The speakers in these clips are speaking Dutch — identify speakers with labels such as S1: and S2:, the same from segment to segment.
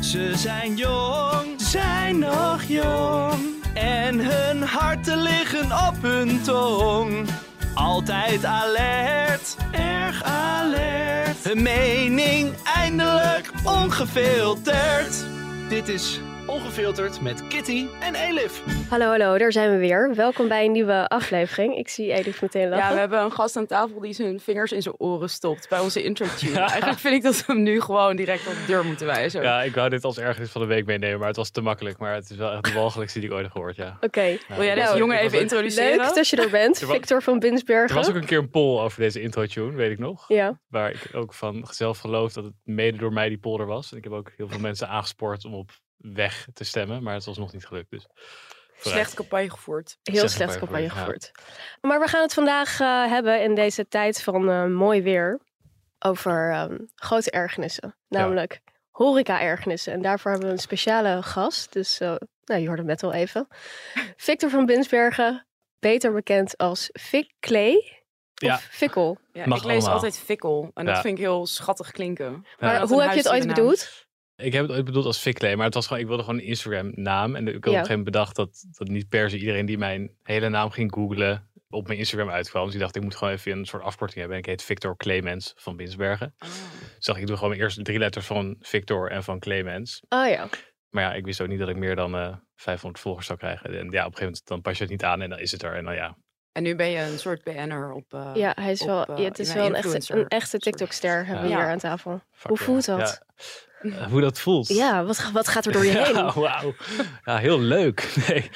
S1: Ze zijn jong, zijn nog jong. En hun harten liggen op hun tong. Altijd alert, erg alert. Hun mening eindelijk ongefilterd. Dit is Ongefilterd met Kitty en Elif.
S2: Hallo, hallo, daar zijn we weer. Welkom bij een nieuwe aflevering. Ik zie Edith meteen lachen.
S3: Ja, we hebben een gast aan tafel die zijn vingers in zijn oren stopt bij onze intro tune. Eigenlijk vind ik dat we hem nu gewoon direct op de deur moeten wijzen.
S4: Ja, ik wou dit als ergernis van de week meenemen, maar het was te makkelijk. Maar het is wel echt de walgelijkste die ik ooit heb gehoord, ja.
S2: Oké,
S3: Wil jij deze
S4: Nou,
S3: jongen
S4: ik was
S3: even
S4: ook-
S3: introduceren?
S2: leuk dat je er bent.
S4: Er was-
S2: Victor van
S4: Er
S2: Binsbergen.
S4: was ook een keer een poll over deze intro-tune, weet ik nog.
S2: Ja,
S4: Waar ik ook van zelf geloof dat het mede door mij die polder was. En ik heb ook heel veel mensen aangespoord om op weg te stemmen, maar het was nog niet gelukt. Dus vooruit.
S3: Slecht campagne gevoerd.
S2: heel
S4: Zeg
S2: slecht
S4: maar even,
S2: campagne
S4: ja.
S2: gevoerd. Maar we gaan het vandaag eh, hebben in deze tijd van eh, mooi weer over ehm, grote ergernissen. Namelijk horeca-ergernissen. En daarvoor hebben we een speciale gast. Dus eh, nou, je hoorde hem net al even. Victor van Binsbergen, beter bekend als Vic Clay. Of
S4: Ja.
S2: Fikkel.
S3: Ja,
S4: Mag
S3: ik lees
S4: allemaal.
S3: altijd fikkel en dat
S4: Ja.
S3: vind ik heel schattig klinken.
S4: Ja.
S2: Maar
S3: Dat
S2: hoe
S3: een
S2: heb je het ooit
S3: huisdierennaam.
S2: bedoeld?
S4: Ik heb het ooit bedoeld als Fikley, maar het was gewoon, ik wilde gewoon een Instagram-naam. En ik had op een gegeven moment bedacht dat, dat niet per se iedereen die mijn hele naam ging googlen op mijn Instagram uitkwam. Dus ik dacht, ik moet gewoon even een soort afkorting hebben. En ik heet Victor Clemens van Binsbergen.
S3: Ah.
S4: Dus dacht ik, ik doe gewoon mijn eerste drie letters van Victor en van Clemens.
S2: Oh ja.
S4: Maar ja, ik wist ook niet dat ik meer dan eh 500 volgers zou krijgen. En ja, op een gegeven moment dan pas je het niet aan en dan is het er. En dan ja,
S3: En nu ben je een soort BN'er op... eh,
S2: Ja, hij is
S3: op,
S2: wel,
S3: eh,
S2: ja, het is
S3: een
S2: wel een echte,
S3: influencer.
S2: een echte TikTok-ster hebben we
S3: Ja.
S2: hier aan tafel.
S4: fuck
S2: Hoe
S4: ja.
S2: voelt dat?
S4: Ja, eh, hoe dat voelt?
S2: Ja, wat, ga- wat gaat er door je heen?
S4: Ja, wauw. Ja, heel leuk. Nee.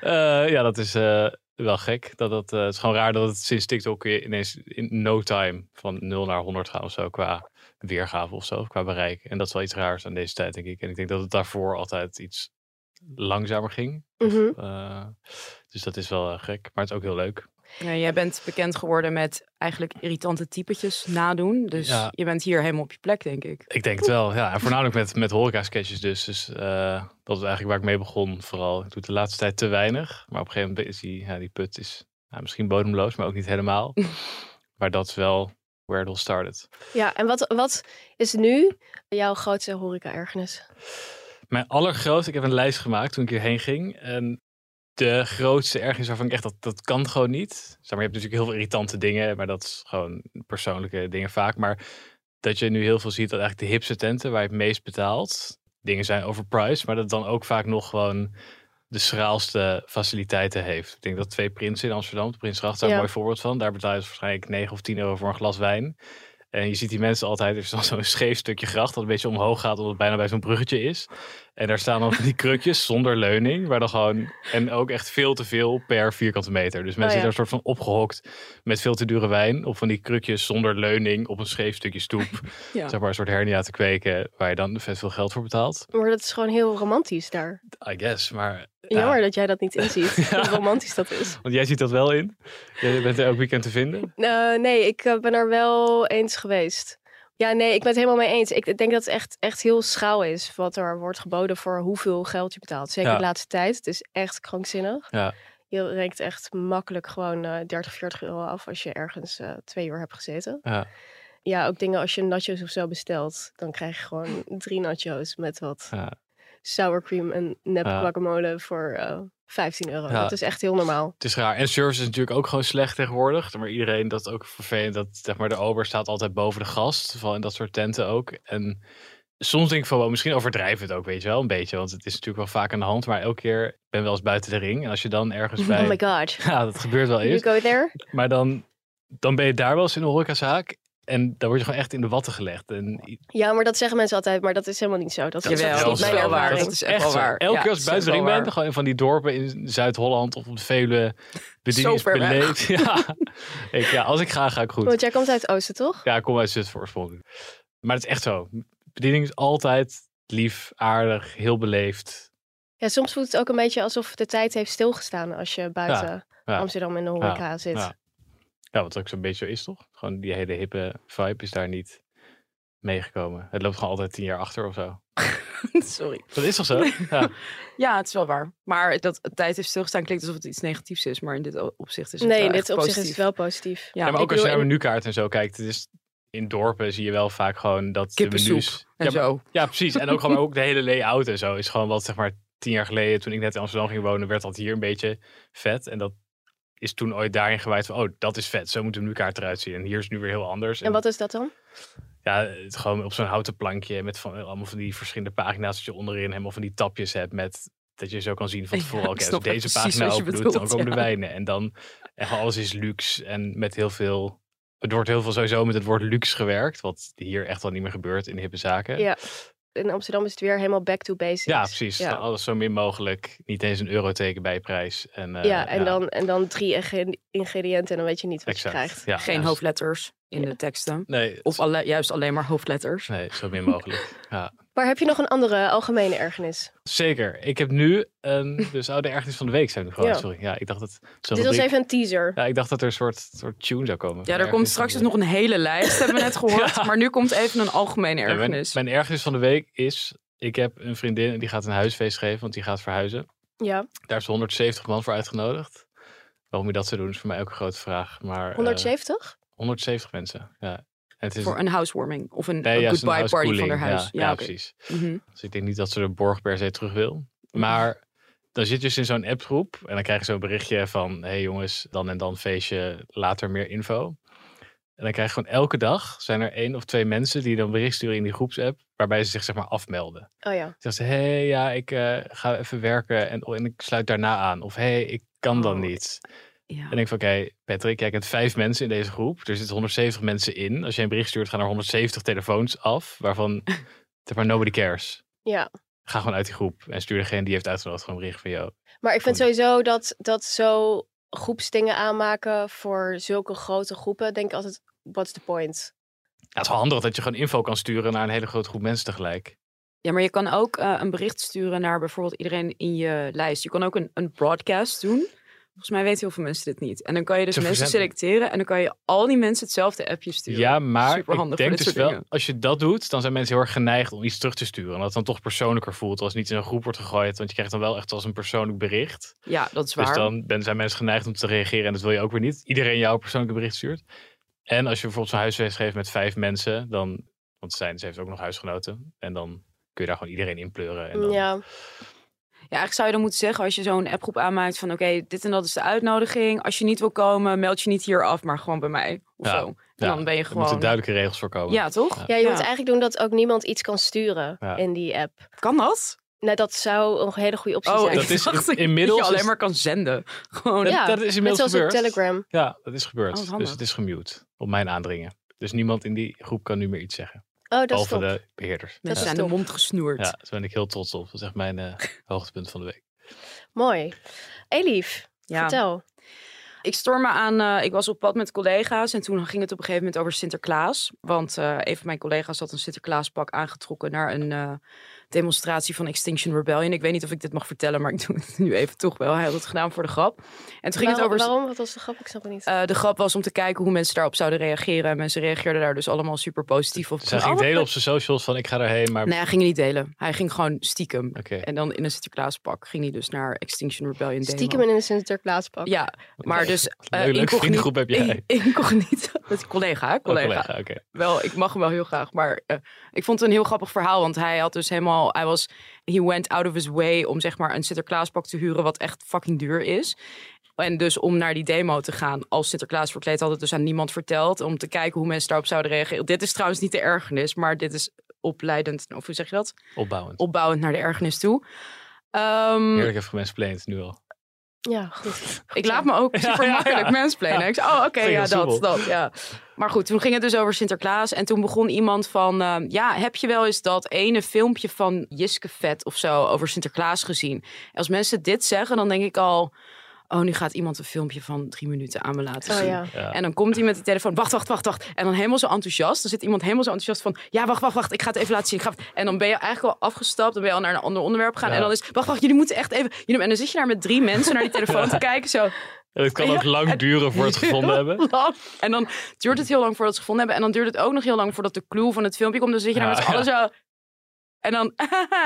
S4: Eh, ja, dat is eh, wel gek. Dat, dat, eh, het is gewoon raar dat het sinds TikTok weer ineens in no time van 0 naar 100 gaat of zo qua weergave of zo, qua bereik. En dat is wel iets raars aan deze tijd, denk ik. En ik denk dat het daarvoor altijd iets langzamer ging.
S2: Mhm.
S4: Eh, dus dat is wel eh, gek, maar het is ook heel leuk.
S3: Ja, eh, jij bent bekend geworden met eigenlijk irritante typetjes nadoen. Dus
S4: Ja.
S3: je bent hier helemaal op je plek, denk ik.
S4: Ik denk het wel, ja. En voornamelijk met, met horeca-sketches dus. Dus eh, dat is eigenlijk waar ik mee begon vooral. Ik doe het de laatste tijd te weinig. Maar op een gegeven moment is die, ja, die put is, ja, misschien bodemloos, maar ook niet helemaal. maar dat is wel where it all started.
S2: Ja, en wat, wat is nu jouw grootste horeca-ergernis?
S4: Mijn allergrootste, ik heb een lijst gemaakt toen ik hierheen ging. En de grootste ergens waarvan ik echt, dat, dat kan gewoon niet. Zeg maar, je hebt natuurlijk heel veel irritante dingen, maar dat is gewoon persoonlijke dingen vaak. Maar dat je nu heel veel ziet dat eigenlijk de hipste tenten waar je het meest betaalt, dingen zijn overpriced, maar dat dan ook vaak nog gewoon de schraalste faciliteiten heeft. Ik denk dat twee prinsen in Amsterdam, de Prinsgracht, daar
S2: Ja.
S4: een mooi voorbeeld van. Daar betaal je dus waarschijnlijk 9 of 10 euro voor een glas wijn. En je ziet die mensen altijd, er is dan zo'n scheef stukje gracht dat een beetje omhoog gaat, omdat het bijna bij zo'n bruggetje is. En daar staan dan van die krukjes zonder leuning, waar dan gewoon, en ook echt veel te veel per vierkante meter. Dus mensen
S2: ja.
S4: zitten daar een soort van opgehokt met veel te dure wijn, op van die krukjes zonder leuning op een scheef stukje stoep
S3: Ja.
S4: zeg maar, een soort hernia te kweken waar je dan vet veel geld voor betaalt.
S2: Maar dat is gewoon heel romantisch daar.
S4: I guess, maar... ja.
S2: Jammer dat jij dat niet inziet,
S4: Ja.
S2: hoe romantisch dat is.
S4: Want jij ziet dat wel in. Jij bent er elk weekend te vinden.
S2: Eh, nee, ik eh, ben er wel eens geweest. Ja, nee, ik ben het helemaal mee eens. Ik denk dat het echt, echt heel schaal is wat er wordt geboden voor hoeveel geld je betaalt. Zeker
S4: Ja.
S2: de laatste tijd. Het is echt krankzinnig.
S4: Ja.
S2: Je reikt echt makkelijk gewoon eh 30, 40 euro af als je ergens eh, twee uur hebt gezeten.
S4: Ja.
S2: Ja, ook dingen als je nachos of zo bestelt, dan krijg je gewoon drie nachos met wat
S4: Ja.
S2: sour cream en nep
S4: Ja.
S2: guacamole voor eh, 15 euro.
S4: Ja.
S2: Dat is echt heel normaal.
S4: Het is raar. En service is natuurlijk ook gewoon slecht tegenwoordig. Maar iedereen, dat is ook vervelend. Dat zeg maar, de ober staat altijd boven de gast. Vooral in dat soort tenten ook. En soms denk ik van, wel, misschien overdrijven we het ook, weet je wel, een beetje. Want het is natuurlijk wel vaak aan de hand. Maar elke keer, ik ben wel eens buiten de ring. En als je dan ergens bij...
S2: Oh my god.
S4: ja, dat gebeurt wel
S2: You
S4: eens.
S2: go there?
S4: Maar dan, dan ben je daar wel eens in een horecazaak. En dan word je gewoon echt in de watten gelegd. En
S2: Ja, maar dat zeggen mensen altijd, maar dat is helemaal niet zo. Dat is
S3: Jawel,
S2: echt
S3: dat
S2: niet
S3: is
S2: mijn
S3: wel waar.
S2: ervaring.
S3: Dat is echt wel
S4: zo.
S3: waar.
S4: Elke
S3: Ja,
S4: keer als
S3: dat
S4: ik
S3: is
S4: buiten de
S3: wel
S4: ring ben,
S3: waar.
S4: dan gewoon in van die dorpen in Zuid-Holland of op de Vele bediening is
S3: ver weg.
S4: beleefd. Ja. Ik, ja, als ik ga, ga ik goed.
S2: Want jij komt uit Oosten, toch?
S4: Ja, ik kom uit Zutphen oorspronkelijk. Maar het is echt zo. Bediening is altijd lief, aardig, heel beleefd.
S2: Ja, soms voelt het ook een beetje alsof de tijd heeft stilgestaan als je buiten
S4: ja.
S2: Amsterdam in de horeca zit.
S4: ja. Ja, Nou, wat ook zo'n beetje zo is, toch? Gewoon die hele hippe vibe is daar niet meegekomen. Het loopt gewoon altijd tien jaar achter of zo.
S3: Sorry.
S4: Dat is toch zo? Ja.
S3: Ja, het is wel waar. Maar dat tijd heeft stilgestaan klinkt alsof het iets negatiefs is. Maar in dit o- opzicht is het
S2: Nee,
S3: wel
S2: in dit
S3: echt
S2: opzicht is
S3: positief.
S2: het wel positief.
S3: Ja,
S4: Ja, maar
S2: ik
S4: ook als je
S2: bedoel,
S4: naar menukaart en zo kijkt, het is in dorpen zie je wel vaak gewoon dat de
S3: Kippensoep
S4: menus...
S3: En
S4: Ja, maar-
S3: zo.
S4: ja, precies. En ook gewoon ook de hele layout en zo is gewoon wat, zeg maar, tien jaar geleden, toen ik net in Amsterdam ging wonen, werd dat hier een beetje vet. En dat is toen ooit daarin gewijd van, oh, dat is vet. Zo moet de menukaart eruit zien. En hier is het nu weer heel anders.
S2: En wat is dat dan?
S4: Ja, het gewoon op zo'n houten plankje met van, allemaal van die verschillende pagina's dat je onderin helemaal van die tapjes hebt met dat je zo kan zien van
S3: Ja,
S4: tevoren.
S3: ik
S4: Oké, als
S3: snap
S4: je deze
S3: precies
S4: pagina
S3: wat je
S4: open doet, dan
S3: bedoelt,
S4: komen de
S3: ja.
S4: wijnen. En dan echt alles is luxe en met heel veel... Het wordt heel veel sowieso met het woord luxe gewerkt, wat hier echt al niet meer gebeurt in hippe zaken.
S2: Ja. In Amsterdam is het weer helemaal back to basics.
S4: Ja, precies.
S2: Ja.
S4: Alles zo min mogelijk. Niet eens een euroteken bij je prijs. En, eh,
S2: ja, en, Dan, en dan drie inge- ingrediënten en dan weet je niet wat
S4: exact.
S2: je krijgt.
S4: Ja,
S3: Geen
S4: ja, dus-
S3: hoofdletters in de teksten.
S4: Nee,
S3: Of alle, juist alleen maar hoofdletters.
S4: nee, zo min mogelijk. ja.
S2: Maar heb je nog een andere algemene ergernis?
S4: Zeker. Ik heb nu een dus oude ergernis van de week. Zijn we gewoon.
S2: Ja.
S4: Sorry. Ja, ik dacht dat. zo'n
S2: Dit was
S4: rubriek-
S2: even een teaser.
S4: Ja, ik dacht dat er een soort, soort tune zou komen.
S3: Ja, er komt straks dus nog een hele lijst, hebben we net gehoord. Maar nu komt even een algemene
S4: Ja, mijn,
S3: ergernis.
S4: mijn ergernis van de week is: ik heb een vriendin en die gaat een huisfeest geven, want die gaat verhuizen.
S2: Ja,
S4: Daar is 170 man voor uitgenodigd. Waarom je dat zou doen is voor mij ook een grote vraag. Maar eh,
S2: 170?
S4: 170 mensen. Ja. En het is
S3: Voor een housewarming of een,
S4: Nee,
S3: een
S4: ja, zo'n
S3: goodbye party van
S4: housecooling.
S3: haar huis.
S4: Ja, ja,
S3: oké.
S4: precies.
S3: Mhm.
S4: Dus ik denk niet dat ze de borg per se terug wil.
S3: Mm.
S4: Maar dan zit je dus in zo'n appgroep en dan krijg je zo'n berichtje van... hé hey jongens, dan en dan feestje, later meer info. En dan krijg je gewoon elke dag zijn er één of twee mensen die dan bericht sturen in die groepsapp... waarbij ze zich zeg maar afmelden.
S2: Oh ja.
S4: Ze zeggen, hé hey, ja, ik eh, ga even werken en, oh, en ik sluit daarna aan. Of hé, hey, ik kan dan
S3: Oh,
S4: niet.
S3: Ja.
S4: En ik denk van, oké, Patrick, jij kent vijf mensen in deze groep. Er zitten 170 mensen in. Als jij een bericht stuurt, gaan er 170 telefoons af. Waarvan, zeg maar, nobody cares.
S2: Ja.
S4: Ga gewoon uit die groep en stuur degene die heeft uitgenodigd gewoon een bericht van jou.
S2: Maar ik vind
S4: Goed.
S2: sowieso dat, dat zo groepsdingen aanmaken voor zulke grote groepen, denk ik altijd, what's the point?
S4: Ja, het is wel handig dat je gewoon info kan sturen naar een hele grote groep mensen tegelijk.
S3: ja, maar je kan ook eh, een bericht sturen naar bijvoorbeeld iedereen in je lijst. Je kan ook een, een broadcast doen. Volgens mij weten heel veel mensen dit niet. En dan kan je dus
S4: Te
S3: mensen
S4: verzenden.
S3: selecteren en dan kan je al die mensen hetzelfde appje sturen.
S4: Ja, maar ik
S3: Superhandig voor
S4: denk
S3: dit
S4: dus
S3: soort
S4: wel,
S3: dingen.
S4: als je dat doet, dan zijn mensen heel erg geneigd om iets terug te sturen. Omdat het dan toch persoonlijker voelt als het niet in een groep wordt gegooid. Want je krijgt dan wel echt als een persoonlijk bericht.
S3: Ja, dat is waar.
S4: Dus dan ben, zijn mensen geneigd om te reageren en dat wil je ook weer niet. Iedereen jouw persoonlijke bericht stuurt. En als je bijvoorbeeld zo'n huisfeest geeft met vijf mensen, dan, want zijn, ze heeft ook nog huisgenoten. En dan kun je daar gewoon iedereen in pleuren. En dan,
S2: Ja,
S3: Ja, eigenlijk zou je dan moeten zeggen als je zo'n appgroep aanmaakt van oké, dit en dat is de uitnodiging. Als je niet wil komen, meld je niet hier af, maar gewoon bij mij of
S4: Ja,
S3: zo. En
S4: ja,
S3: dan ben je
S4: Er moeten
S3: gewoon...
S4: duidelijke regels voor komen.
S3: Ja, toch?
S4: Ja.
S2: ja je moet eigenlijk doen dat ook niemand iets kan sturen
S4: Ja.
S2: in die app.
S3: Kan dat?
S2: Nou, dat zou een hele goede optie
S3: Oh,
S2: zijn.
S4: dat
S3: dat
S4: is
S3: is dacht
S4: in-
S3: dat je
S4: inmiddels is-
S3: alleen maar kan zenden. Gewoon.
S4: Dat,
S2: Ja,
S4: dat is
S2: Net
S4: inmiddels
S2: zoals
S4: gebeurd.
S2: op Telegram.
S4: Ja, dat is
S3: Oh,
S4: gebeurd.
S3: wat handig.
S4: dus het is gemute op mijn aandringen. Dus niemand in die groep kan nu meer iets zeggen.
S2: Oh, dat is
S4: Behalve
S2: top.
S4: de beheerders.
S2: Dat
S3: Mensen
S2: is
S3: zijn de
S2: top.
S3: mond gesnoerd.
S4: Ja, daar ben ik heel trots op. Dat is echt mijn eh, hoogtepunt van de week. Dus
S2: Mooi. Elief,
S3: Ja.
S2: vertel.
S3: Ik storm me aan, eh, ik was op pad met collega's en toen ging het op een gegeven moment over Sinterklaas. Want eh, een van mijn collega's had een Sinterklaaspak aangetrokken naar een eh, demonstratie van Extinction Rebellion. Ik weet niet of ik dit mag vertellen, maar ik doe het nu even toch wel. Hij had het gedaan voor de grap. En toen ging het
S2: Waarom-
S3: over...
S2: Waarom? Wat was de grap? Ik snap het niet.
S3: Eh, de grap was om te kijken hoe mensen daarop zouden reageren. En mensen reageerden daar dus allemaal super positief op.
S4: Dus hij
S3: Van,
S4: ging
S3: oh,
S4: delen
S3: wat
S4: op zijn socials van ik ga daarheen, maar
S3: leuk. Nee, hij ging niet delen. Hij ging gewoon stiekem.
S4: oké.
S3: En dan in een Sinterklaaspak ging hij dus naar Extinction Rebellion demo.
S2: Stiekem in een Sinterklaas pak.
S3: Ja, maar dus... eh,
S4: Leuk, leuke
S3: incognito-
S4: vriendengroep heb jij.
S3: Incognito. Dat is collega, hè?
S4: Oh,
S3: Collega.
S4: Oké.
S3: Wel, ik mag hem wel heel graag. Maar eh, ik vond het een heel grappig verhaal. Want hij had dus helemaal... Hij was... He went out of his way om zeg maar een Sinterklaaspak te huren... wat echt fucking duur is. En dus om naar die demo te gaan als Sinterklaas verkleed... had het dus aan niemand verteld. Om te kijken hoe mensen daarop zouden reageren. Dit is trouwens niet de ergernis, maar dit is opleidend... Of hoe zeg je dat?
S4: Opbouwend.
S3: Opbouwend naar de ergernis toe. Ehm,
S4: Heerlijk even gemensplained nu al.
S2: Ja, goed.
S3: Ik laat me ook
S4: Ja,
S3: super
S4: ja,
S3: makkelijk
S4: ja.
S3: mansplainen.
S4: Ja.
S3: Ik zei, oh, oké,
S4: Ging
S3: ja,
S4: heel
S3: dat,
S4: soepel.
S3: dat, ja. Maar goed, toen ging het dus over Sinterklaas. En toen begon iemand van, eh, ja, heb je wel eens dat ene filmpje van Jiske Vet of zo over Sinterklaas gezien? En als mensen dit zeggen, dan denk ik al, oh, nu gaat iemand een filmpje van drie minuten aan me laten
S2: Oh
S3: zien.
S2: ja.
S4: Ja.
S3: En dan komt hij met de telefoon. Wacht, wacht, wacht, wacht. En dan helemaal zo enthousiast. Dan zit iemand helemaal zo enthousiast van. Ja, wacht, wacht, wacht. Ik ga het even laten zien. Ik ga het- En dan ben je eigenlijk al afgestapt. Dan ben je al naar een ander onderwerp gegaan.
S4: Ja.
S3: En dan is. Wacht, wacht. Jullie moeten echt even. Jullie... En dan zit je daar met drie mensen naar die telefoon te kijken. Zo.
S4: En het kan ook lang duren voor het gevonden hebben.
S3: Lang. En dan duurt het heel lang voordat ze het gevonden hebben. En dan duurt het ook nog heel lang voordat de clue van het filmpje komt. Dus Dan zit je daar
S4: Ja,
S3: met z'n allen zo. En dan,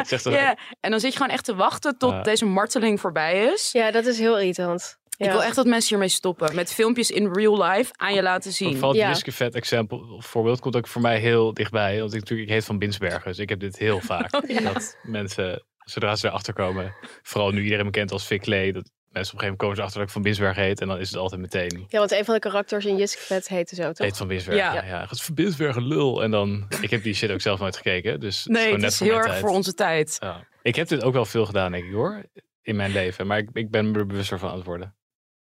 S4: Zegt
S3: ja.
S4: er-
S3: en dan zit je gewoon echt te wachten tot
S4: Ja.
S3: deze marteling voorbij is.
S2: Ja, dat is heel irritant.
S3: Ik wil echt dat mensen hiermee stoppen. Met filmpjes in real life aan je laten zien.
S4: Vooral het
S2: Ja.
S4: Muskevet example voorbeeld komt ook voor mij heel dichtbij. Want ik, natuurlijk, ik heet van Binsbergen, dus ik heb dit heel vaak.
S3: Oh,
S4: Dat mensen, zodra ze erachter komen, vooral nu iedereen me kent als Vic Lee, dat mensen op een gegeven moment komen ze achter dat ik van Binsbergen heet. En dan is het altijd meteen,
S2: Ja, want een van de karakters in Jiskevet heette zo, toch?
S4: heet van Binsbergen. Ja,
S3: Ja.
S4: ja. Het is van Binsbergen lul. En dan, ik heb die shit ook zelf nooit gekeken. Dus het is
S3: Nee,
S4: gewoon
S3: het
S4: net
S3: is
S4: voor
S3: heel
S4: mijn
S3: erg
S4: tijd.
S3: voor onze tijd.
S4: Ja. Ik heb dit ook wel veel gedaan, denk ik hoor. In mijn leven. Maar ik, ik ben me er bewuster van aan het worden.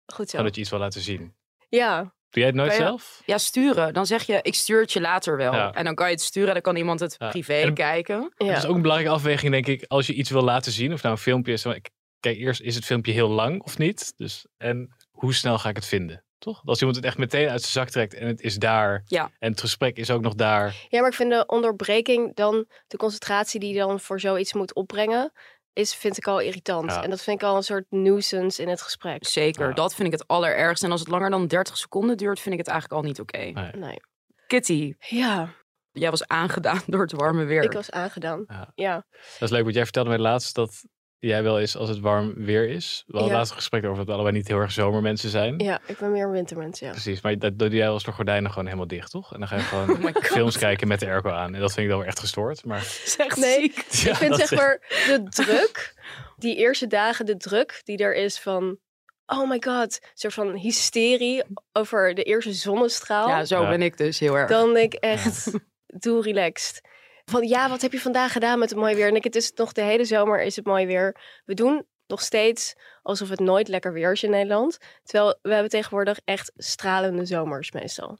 S2: Goed zo.
S4: Gewoon dat je iets wil laten zien.
S2: Ja,
S4: Doe jij het nooit
S3: Maar ja,
S4: zelf?
S3: Ja, sturen. Dan zeg je, ik stuur het je later wel.
S4: Ja.
S3: En dan kan je het sturen en dan kan iemand het
S4: Ja.
S3: privé
S4: En-
S3: kijken.
S2: ja.
S4: Dat is ook een belangrijke afweging, denk ik. Als je iets wil laten zien, of nou een filmpje is. maar ik- Kijk, eerst is het filmpje heel lang of niet. Dus, en hoe snel ga ik het vinden? Toch? Als iemand het echt meteen uit zijn zak trekt en het is daar.
S3: Ja.
S4: En het gesprek is ook nog daar.
S2: ja, maar ik vind de onderbreking dan, de concentratie die je dan voor zoiets moet opbrengen, is, vind ik al irritant.
S4: Ja.
S2: En dat vind ik al een soort nuisance in het gesprek.
S3: Zeker,
S4: Ja.
S3: dat vind ik het allerergst. En als het langer dan 30 seconden duurt, vind ik het eigenlijk al niet oké.
S2: Nee.
S3: Kitty,
S2: Ja,
S3: jij was aangedaan door het warme weer.
S2: ik was aangedaan.
S4: Ja.
S2: ja.
S4: Dat is leuk, want jij vertelde mij laatst dat jij wel eens als het warm weer is. We hadden
S2: Ja.
S4: laatst een gesprek over dat we allebei niet heel erg zomermensen zijn.
S2: Ja, ik ben meer een wintermens, ja.
S4: Precies, maar dat, dat doe jij als de gordijnen gewoon helemaal dicht, toch? En dan ga je
S3: Oh
S4: gewoon
S3: my god,
S4: films kijken met de airco aan. En dat vind ik dan wel echt gestoord. Maar
S3: zeg
S2: Nee.
S3: nee.
S4: ja,
S2: ik vind
S4: dat
S2: zeg
S4: is-
S2: maar de druk, die eerste dagen de druk die er is van... Oh my god, een soort van hysterie over de eerste zonnestraal.
S3: Ja, zo
S4: Ja.
S3: ben ik dus heel erg.
S2: Oh. dan denk ik echt, doe relaxed. Van ja, wat heb je vandaag gedaan met het mooi weer? En ik, het is nog de hele zomer is het mooi weer. We doen nog steeds alsof het nooit lekker weer is in Nederland. Terwijl we hebben tegenwoordig echt stralende zomers meestal.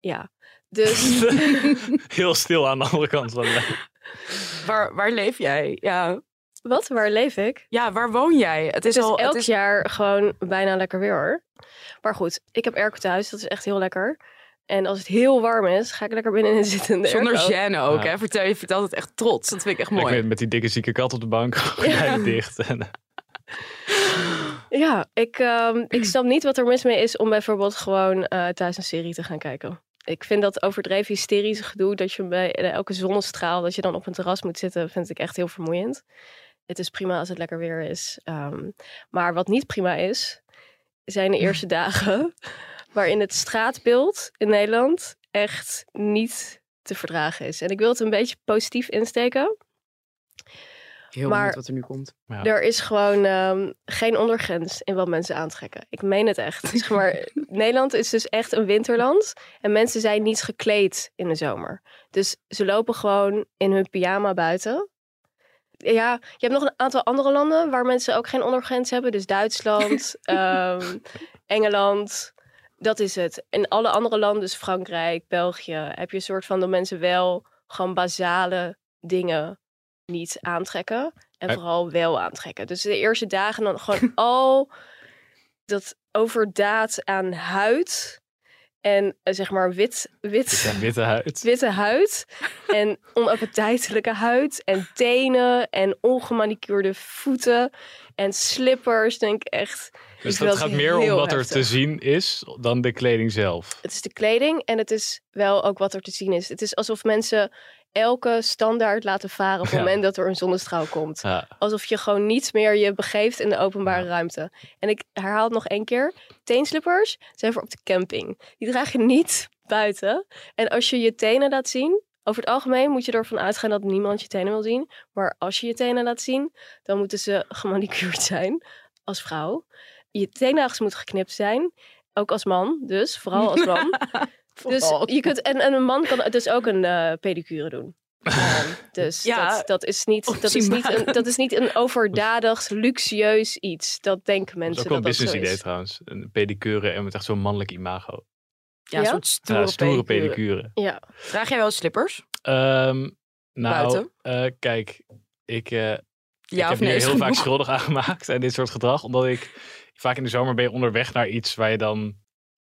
S2: Ja, dus
S4: heel stil aan de andere kant van de lijn.
S3: Waar, waar leef jij? Ja.
S2: wat, waar leef ik?
S3: ja, waar woon jij? Het is,
S2: Het is
S3: al...
S2: elk
S3: Oh, het is...
S2: jaar gewoon bijna lekker weer hoor. Maar goed, ik heb airco thuis, dat is echt heel lekker. En als het heel warm is, ga ik lekker binnenin zitten. in de
S3: Zonder
S2: airco.
S3: gêne ook,
S4: Ja.
S3: hè? Vertel, je vertelt het echt trots. Dat vind ik echt
S4: Ik
S3: mooi.
S4: met, met die dikke zieke kat op de bank, gordijnen dicht. En, eh,
S2: Ja, ik, ehm, ik snap niet wat er mis mee is om bijvoorbeeld gewoon eh, thuis een serie te gaan kijken. Ik vind dat overdreven hysterische gedoe dat je bij eh, elke zonnestraal dat je dan op een terras moet zitten, vind ik echt heel vermoeiend. Het is prima als het lekker weer is. ehm, maar wat niet prima is, zijn de eerste dagen waarin het straatbeeld in Nederland echt niet te verdragen is. En ik wil het een beetje positief insteken.
S3: Heel
S2: Maar-
S3: benieuwd wat er nu komt.
S4: ja.
S2: Er is gewoon ehm, geen ondergrens in wat mensen aantrekken. Ik meen het echt. Zeg maar, Nederland is dus echt een winterland. En mensen zijn niet gekleed in de zomer. Dus ze lopen gewoon in hun pyjama buiten. Ja, je hebt nog een aantal andere landen waar mensen ook geen ondergrens hebben. Dus Duitsland, ehm, Engeland. Dat is het. En alle andere landen, dus Frankrijk, België, heb je een soort van dat mensen wel gewoon basale dingen niet aantrekken. En
S4: Maar-
S2: vooral wel aantrekken. Dus de eerste dagen dan gewoon al dat overdaad aan huid. En eh, zeg maar wit,
S4: Het
S2: wit,
S4: zijn witte huid.
S2: witte huid. En onappetijtelijke huid. En tenen. En ongemanicuurde voeten. En slippers. Denk ik echt.
S4: Dus
S2: vind
S4: dat
S2: dat
S4: gaat meer om
S2: heel
S4: wat er te
S2: heftig.
S4: zien is dan de kleding zelf.
S2: Het is de kleding en het is wel ook wat er te zien is. Het is alsof mensen elke standaard laten varen op het
S4: Ja.
S2: moment dat er een zonnestraal komt.
S4: Ja,
S2: Alsof je gewoon niets meer je begeeft in de openbare ruimte. En ik herhaal het nog één keer. Teenslippers zijn voor op de camping. Die draag je niet buiten. En als je je tenen laat zien... Over het algemeen moet je ervan uitgaan dat niemand je tenen wil zien. Maar als je je tenen laat zien, dan moeten ze gemanicuurd zijn als vrouw. Je teenagels moeten geknipt zijn. Ook als man, dus. Vooral als man. Dus
S3: Vooral.
S2: je kunt, en, en een man kan dus ook een eh, pedicure doen. Ehm, dus
S3: Ja,
S2: dat, dat, is niet, dat, is niet
S3: opzienbarend.
S2: een, dat is niet een overdadig, luxueus iets. Dat denken
S4: dat is
S2: mensen
S4: ook wel een
S2: dat
S4: business
S2: dat zo
S4: idee
S2: is.
S4: trouwens. Een pedicure en met echt zo'n mannelijk imago.
S3: Ja, een
S2: Ja?
S3: soort
S4: Ja,
S3: stoere,
S4: stoere
S3: pedicure.
S4: pedicure.
S2: Ja,
S3: Draag jij wel slippers?
S4: Ehm, nou,
S3: Buiten?
S4: eh, kijk, ik, eh,
S3: Ja
S4: ik
S3: of
S4: heb
S3: nee?
S4: hier
S3: is
S4: heel vaak
S3: genoeg.
S4: schuldig aan gemaakt aan dit soort gedrag. Omdat ik vaak in de zomer ben je onderweg naar iets waar je dan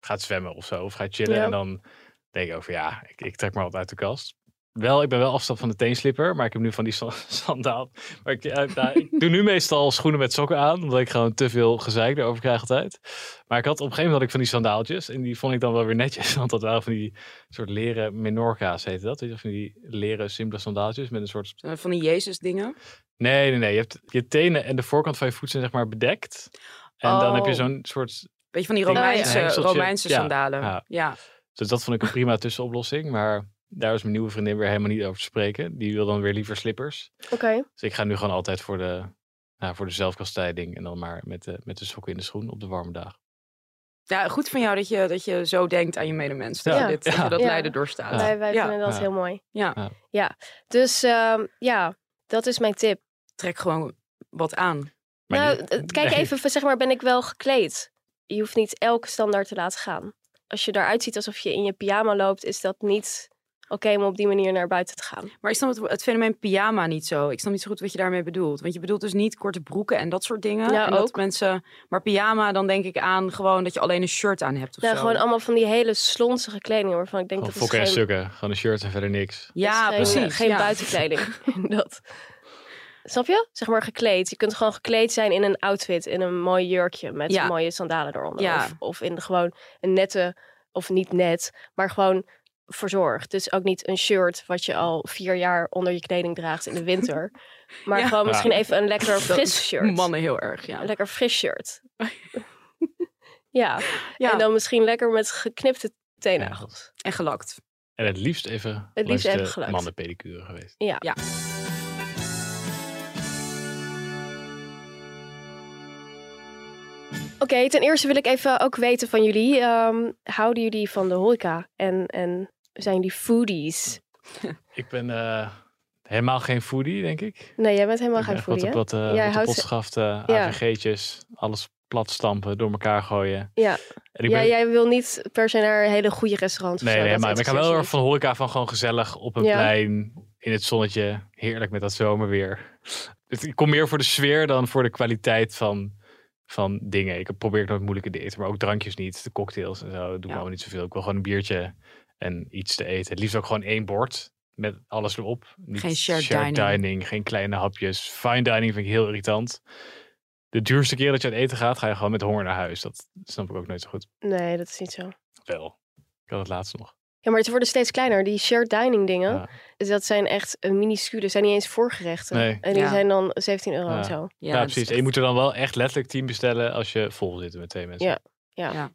S4: gaat zwemmen of zo. Of gaat chillen.
S2: Ja.
S4: En dan denk ik over ja, ik, ik trek maar wat uit de kast. Wel, ik ben wel afstand van de teenslipper. Maar ik heb nu van die sa- sandaal. Maar ik, eh, nou, ik doe nu meestal schoenen met sokken aan. Omdat ik gewoon te veel gezeik erover krijg altijd. Maar ik had op een gegeven moment had ik van die sandaaltjes. En die vond ik dan wel weer netjes. Want dat waren van die soort leren Menorca's heette dat. Weet je, van die leren simpele sandaaltjes met een soort
S3: Eh, Van die Jezus dingen.
S4: Nee, nee, nee. Je hebt je tenen en de voorkant van je voet zijn zeg maar bedekt. En dan heb je
S3: Oh.
S4: zo'n soort...
S3: Beetje van die
S2: Oh,
S4: Ding-
S3: Romeinse,
S4: een hengseltje.
S3: Romeinse
S4: Ja,
S3: sandalen.
S4: ja.
S3: Ja.
S4: Dus dat vond ik een prima tussenoplossing. Maar daar is mijn nieuwe vriendin weer helemaal niet over te spreken. Die wil dan weer liever slippers.
S2: Oké.
S4: Dus ik ga nu gewoon altijd voor de, nou, voor de zelfkastijding. En dan maar met de, met de sokken in de schoen op de warme dag.
S3: Ja, goed van jou dat je, dat je zo denkt aan je medemens. Dat,
S4: Ja.
S3: je, dit, dat,
S4: Ja.
S3: je dat
S2: Ja.
S3: lijden doorstaat.
S2: Wij, wij
S3: Ja.
S2: vinden dat
S4: Ja.
S2: heel mooi.
S3: Ja.
S4: Ja.
S2: Dus ehm, ja, dat is mijn tip.
S3: Trek gewoon wat aan.
S4: Maar
S2: nou,
S4: niet-
S2: eh, kijk
S4: nee.
S2: even, van, zeg maar, ben ik wel gekleed? Je hoeft niet elke standaard te laten gaan. Als je eruit ziet alsof je in je pyjama loopt, is dat niet oké om op die manier naar buiten te gaan.
S3: Maar ik snap het, het fenomeen pyjama niet zo. Ik snap niet zo goed wat je daarmee bedoelt. Want je bedoelt dus niet korte broeken en dat soort dingen.
S2: Ja,
S3: en dat
S2: ook.
S3: mensen, maar pyjama, dan denk ik aan gewoon dat je alleen een shirt aan hebt of
S2: Nou,
S3: zo.
S2: gewoon allemaal van die hele slonzige kleding, waarvan ik denk
S4: Gewoon
S2: dat
S4: fokken
S2: is
S4: en
S2: geen,
S4: sukken. Gewoon een shirt en verder niks.
S3: ja,
S2: Dus geen,
S3: precies.
S2: eh, geen
S3: ja.
S2: buitenkleding. dat. Snap je? Zeg maar gekleed. Je kunt gewoon gekleed zijn in een outfit, in een mooi jurkje met
S3: Ja.
S2: mooie sandalen eronder.
S3: Ja.
S2: Of, of in gewoon een nette, of niet net, maar gewoon verzorgd. Dus ook niet een shirt wat je al vier jaar onder je kleding draagt in de winter. Maar
S3: Ja.
S2: gewoon misschien
S4: Ja.
S2: even een lekker
S3: Dat
S2: fris
S3: is
S2: shirt.
S3: Mannen heel erg, ja.
S2: Een lekker fris shirt. ja.
S3: ja.
S2: en dan misschien lekker met geknipte teennagels.
S3: en gelakt.
S4: En het liefst even
S2: Het liefst even
S4: langs de
S2: gelakt.
S4: mannenpedicure geweest.
S2: Oké, ten eerste wil ik even ook weten van jullie. ehm, houden jullie van de horeca? En, en zijn jullie foodies?
S4: Ik ben eh, helemaal geen foodie, denk ik.
S2: Nee, jij bent helemaal
S4: Ik ben
S2: geen
S4: echt wat
S2: foodie,
S4: op
S2: hè?
S4: wat,
S2: Jij
S4: eh, wat op
S2: houdt-
S4: potschaft, eh,
S2: Ja.
S4: AVG'tjes, alles plat stampen, door elkaar gooien.
S2: Ja.
S4: En ik
S2: Ja,
S4: ben,
S2: jij wil niet per se naar hele goede restaurants
S4: nee,
S2: of zo.
S4: nee,
S2: dat
S4: maar maar ik hou wel heel erg
S2: interesseert
S4: van horeca, van gewoon gezellig op een
S2: Ja.
S4: plein, in het zonnetje. Heerlijk met dat zomerweer. Het- Ik kom meer voor de sfeer dan voor de kwaliteit van, van dingen. Ik probeer ook nooit moeilijke te eten, maar ook drankjes niet. De cocktails en zo, dat doen we
S3: Ja.
S4: allemaal niet zoveel. Ik wil gewoon een biertje en iets te eten. Het liefst ook gewoon één bord met alles erop. Niet
S3: Geen shared
S4: dining.
S3: dining.
S4: geen kleine hapjes. Fine dining vind ik heel irritant. De duurste keer dat je uit eten gaat, ga je gewoon met honger naar huis. Dat snap ik ook nooit zo goed.
S2: niet. Nee, dat is niet zo.
S4: Wel, ik had het laatst nog.
S2: Ja, maar het worden steeds kleiner. Die shared dining dingen,
S4: Ja.
S2: dat zijn echt eh, minuscule. zijn niet eens voorgerechten.
S4: Nee.
S2: En die
S3: Ja.
S2: zijn dan 17 euro
S4: Ja.
S2: en zo.
S3: Ja, dus
S4: Ja,
S3: dat is
S4: precies. En
S3: echt-
S4: je moet er dan wel echt letterlijk tien bestellen als je vol zit met twee mensen.
S2: Ja. Ja.
S3: Ja.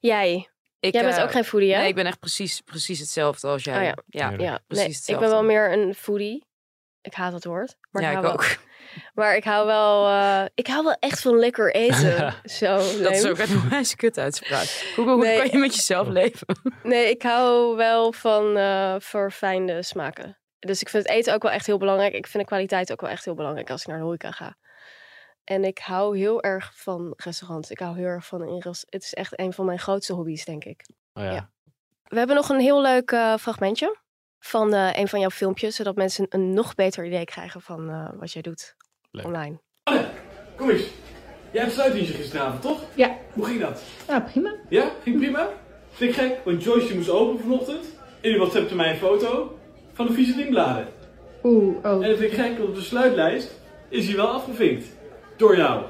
S2: Jij,
S3: ik,
S2: jij bent
S3: eh,
S2: ook geen foodie, hè?
S3: Nee, ik ben echt precies, precies hetzelfde als jij.
S2: Oh ja.
S3: ja.
S4: Ja.
S2: ja,
S3: precies
S2: nee, ik ben
S3: hetzelfde.
S2: wel meer een foodie. Ik haat dat woord. Maar
S3: Ja,
S2: ik,
S3: ik
S2: hou wel-
S3: ook.
S2: Maar ik hou wel, eh, ik hou wel echt van lekker eten. Zo,
S3: Dat is
S2: lame.
S3: ook een onwijs kut uitspraak. Hoe, hoe
S2: Nee.
S3: kan je met jezelf leven?
S2: Nee, ik hou wel van eh verfijnde smaken. Dus ik vind het eten ook wel echt heel belangrijk. Ik vind de kwaliteit ook wel echt heel belangrijk als ik naar de horeca ga. En ik hou heel erg van restaurants. Ik hou heel erg van in res- Het is echt een van mijn grootste hobby's, denk ik.
S4: Oh, ja.
S2: Ja. We hebben nog een heel leuk eh, fragmentje van eh, een van jouw filmpjes, zodat mensen een nog beter idee krijgen van eh, wat jij doet
S4: Leuk.
S2: online.
S5: Kom eens. Jij hebt sluitdienstje gisteravond, toch?
S6: Ja,
S5: Hoe ging dat?
S6: nou prima.
S5: Ja, ging prima? Vind ik gek, want Joyce die moest open vanochtend. En die whatsappte mij een foto van de vieze dienbladen.
S6: Oeh,
S5: En
S6: oh.
S5: dat vind ik gek, want op de sluitlijst is hij wel afgevinkt. Door jou.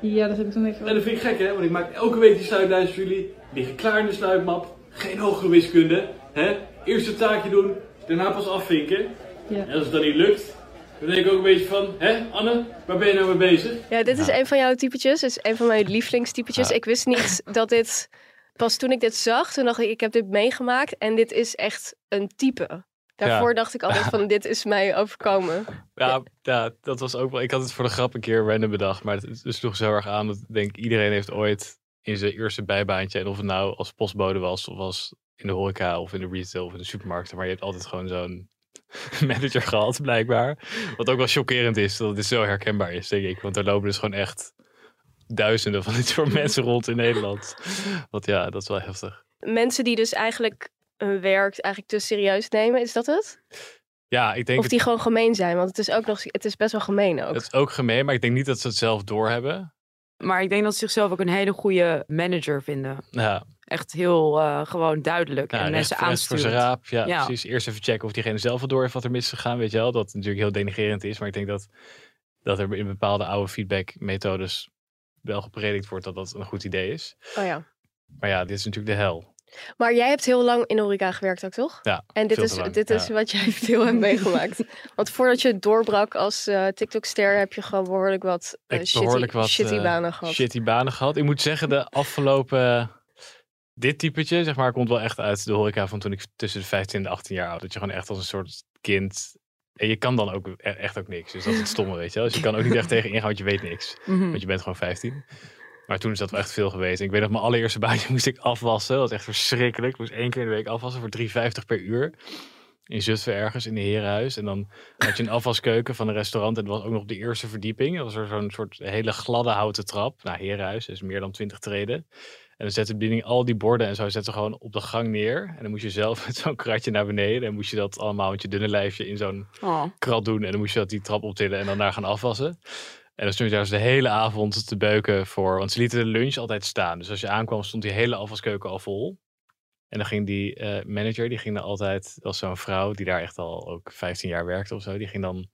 S6: Ja, dat heb ik nog even.
S5: En dat vind ik gek, hè? Want ik maak elke week die sluitlijst voor jullie. Liggen klaar in de sluitmap. Geen hogere wiskunde. Hè? Eerst het taakje doen, daarna pas afvinken.
S6: Ja.
S5: En als het dan niet lukt, dan denk ik ook een beetje van... Hè, Anne, waar ben je nou mee bezig?
S2: Ja, dit is een van jouw typetjes. Dit is een van mijn lievelingstypetjes.
S4: Ja.
S2: Ik wist niet dat dit... Pas toen ik dit zag, toen dacht ik, ik heb dit meegemaakt. En dit is echt een type. Daarvoor
S4: Ja.
S2: dacht ik altijd van, dit is mij overkomen.
S4: Ja, ja, dat was ook wel. Ik had het voor de grap een keer random bedacht, maar het, het sloeg zo erg aan. Dat ik denk iedereen heeft ooit in zijn eerste bijbaantje, en of het nou als postbode was, of als in de horeca, of in de retail, of in de supermarkt, maar je hebt altijd gewoon zo'n manager gehad, blijkbaar. Wat ook wel chockerend is, dat dit zo herkenbaar is, denk ik. Want er lopen dus gewoon echt duizenden van dit soort mensen rond in Nederland. Want ja, dat is wel heftig.
S2: Mensen die dus eigenlijk hun werk eigenlijk te serieus nemen, is dat het?
S4: Ja, ik denk
S2: Of die gewoon gemeen zijn? Want het is ook nog, het is best wel gemeen ook.
S4: het, het is ook gemeen, maar ik denk niet dat ze het zelf doorhebben.
S3: Maar ik denk dat ze zichzelf ook een hele goede manager vinden.
S4: Ja,
S3: Echt heel eh, gewoon duidelijk
S4: Ja,
S3: en
S4: recht
S3: mensen
S4: voor- recht voor zijn
S3: aansturen.
S4: raap. Ja,
S3: Ja.
S4: precies. Eerst even checken of diegene zelf wel door heeft wat er mis is gegaan. Weet je wel, dat natuurlijk heel denigrerend is. Maar ik denk dat, dat er in bepaalde oude feedbackmethodes wel gepredikt wordt dat dat een goed idee is.
S2: Oh ja.
S4: Maar ja, dit is natuurlijk de hel.
S2: Maar jij hebt heel lang in de horeca gewerkt ook, toch?
S4: Ja,
S2: En dit,
S4: veel te
S2: is,
S4: lang,
S2: dit is
S4: ja.
S2: wat jij veel hebt meegemaakt. Want voordat je doorbrak als eh, TikTok-ster heb je gewoon behoorlijk wat, eh,
S4: Ik
S2: shitty,
S4: behoorlijk wat,
S2: shitty
S4: eh,
S2: banen gehad.
S4: shitty banen gehad. Ik moet zeggen, de afgelopen... Dit typetje, zeg maar, komt wel echt uit de horeca van toen ik tussen de 15 en de 18 jaar oud. Dat je gewoon echt als een soort kind... En je kan dan ook e- echt ook niks. Dus dat is het stomme, weet je wel. Dus je kan ook niet echt tegen ingaan, want je weet niks. Want je bent gewoon 15. Maar toen is dat wel echt veel geweest. En ik weet nog, mijn allereerste baantje moest ik afwassen. Dat was echt verschrikkelijk. Ik moest één keer in de week afwassen voor 3,50 per uur. In Zutphen ergens, in de herenhuis. En dan had je een afwaskeuken van een restaurant. En dat was ook nog op de eerste verdieping. Dat was er zo'n soort hele gladde houten trap. Nou, herenhuis is meer dan 20 treden. En dan zette de bediening al die borden en zo zetten ze gewoon op de gang neer. En dan moest je zelf met zo'n kratje naar beneden. En moest je dat allemaal met je dunne lijfje in zo'n
S3: Oh.
S4: krat doen. En dan moest je dat die trap optillen en dan daar gaan afwassen. En dan stond je daar dus de hele avond te beuken voor. Want ze lieten de lunch altijd staan. Dus als je aankwam, stond die hele afwaskeuken al vol. En dan ging die eh, manager, die ging dan altijd, dat was zo'n vrouw die daar echt al ook 15 jaar werkte of zo. Die ging dan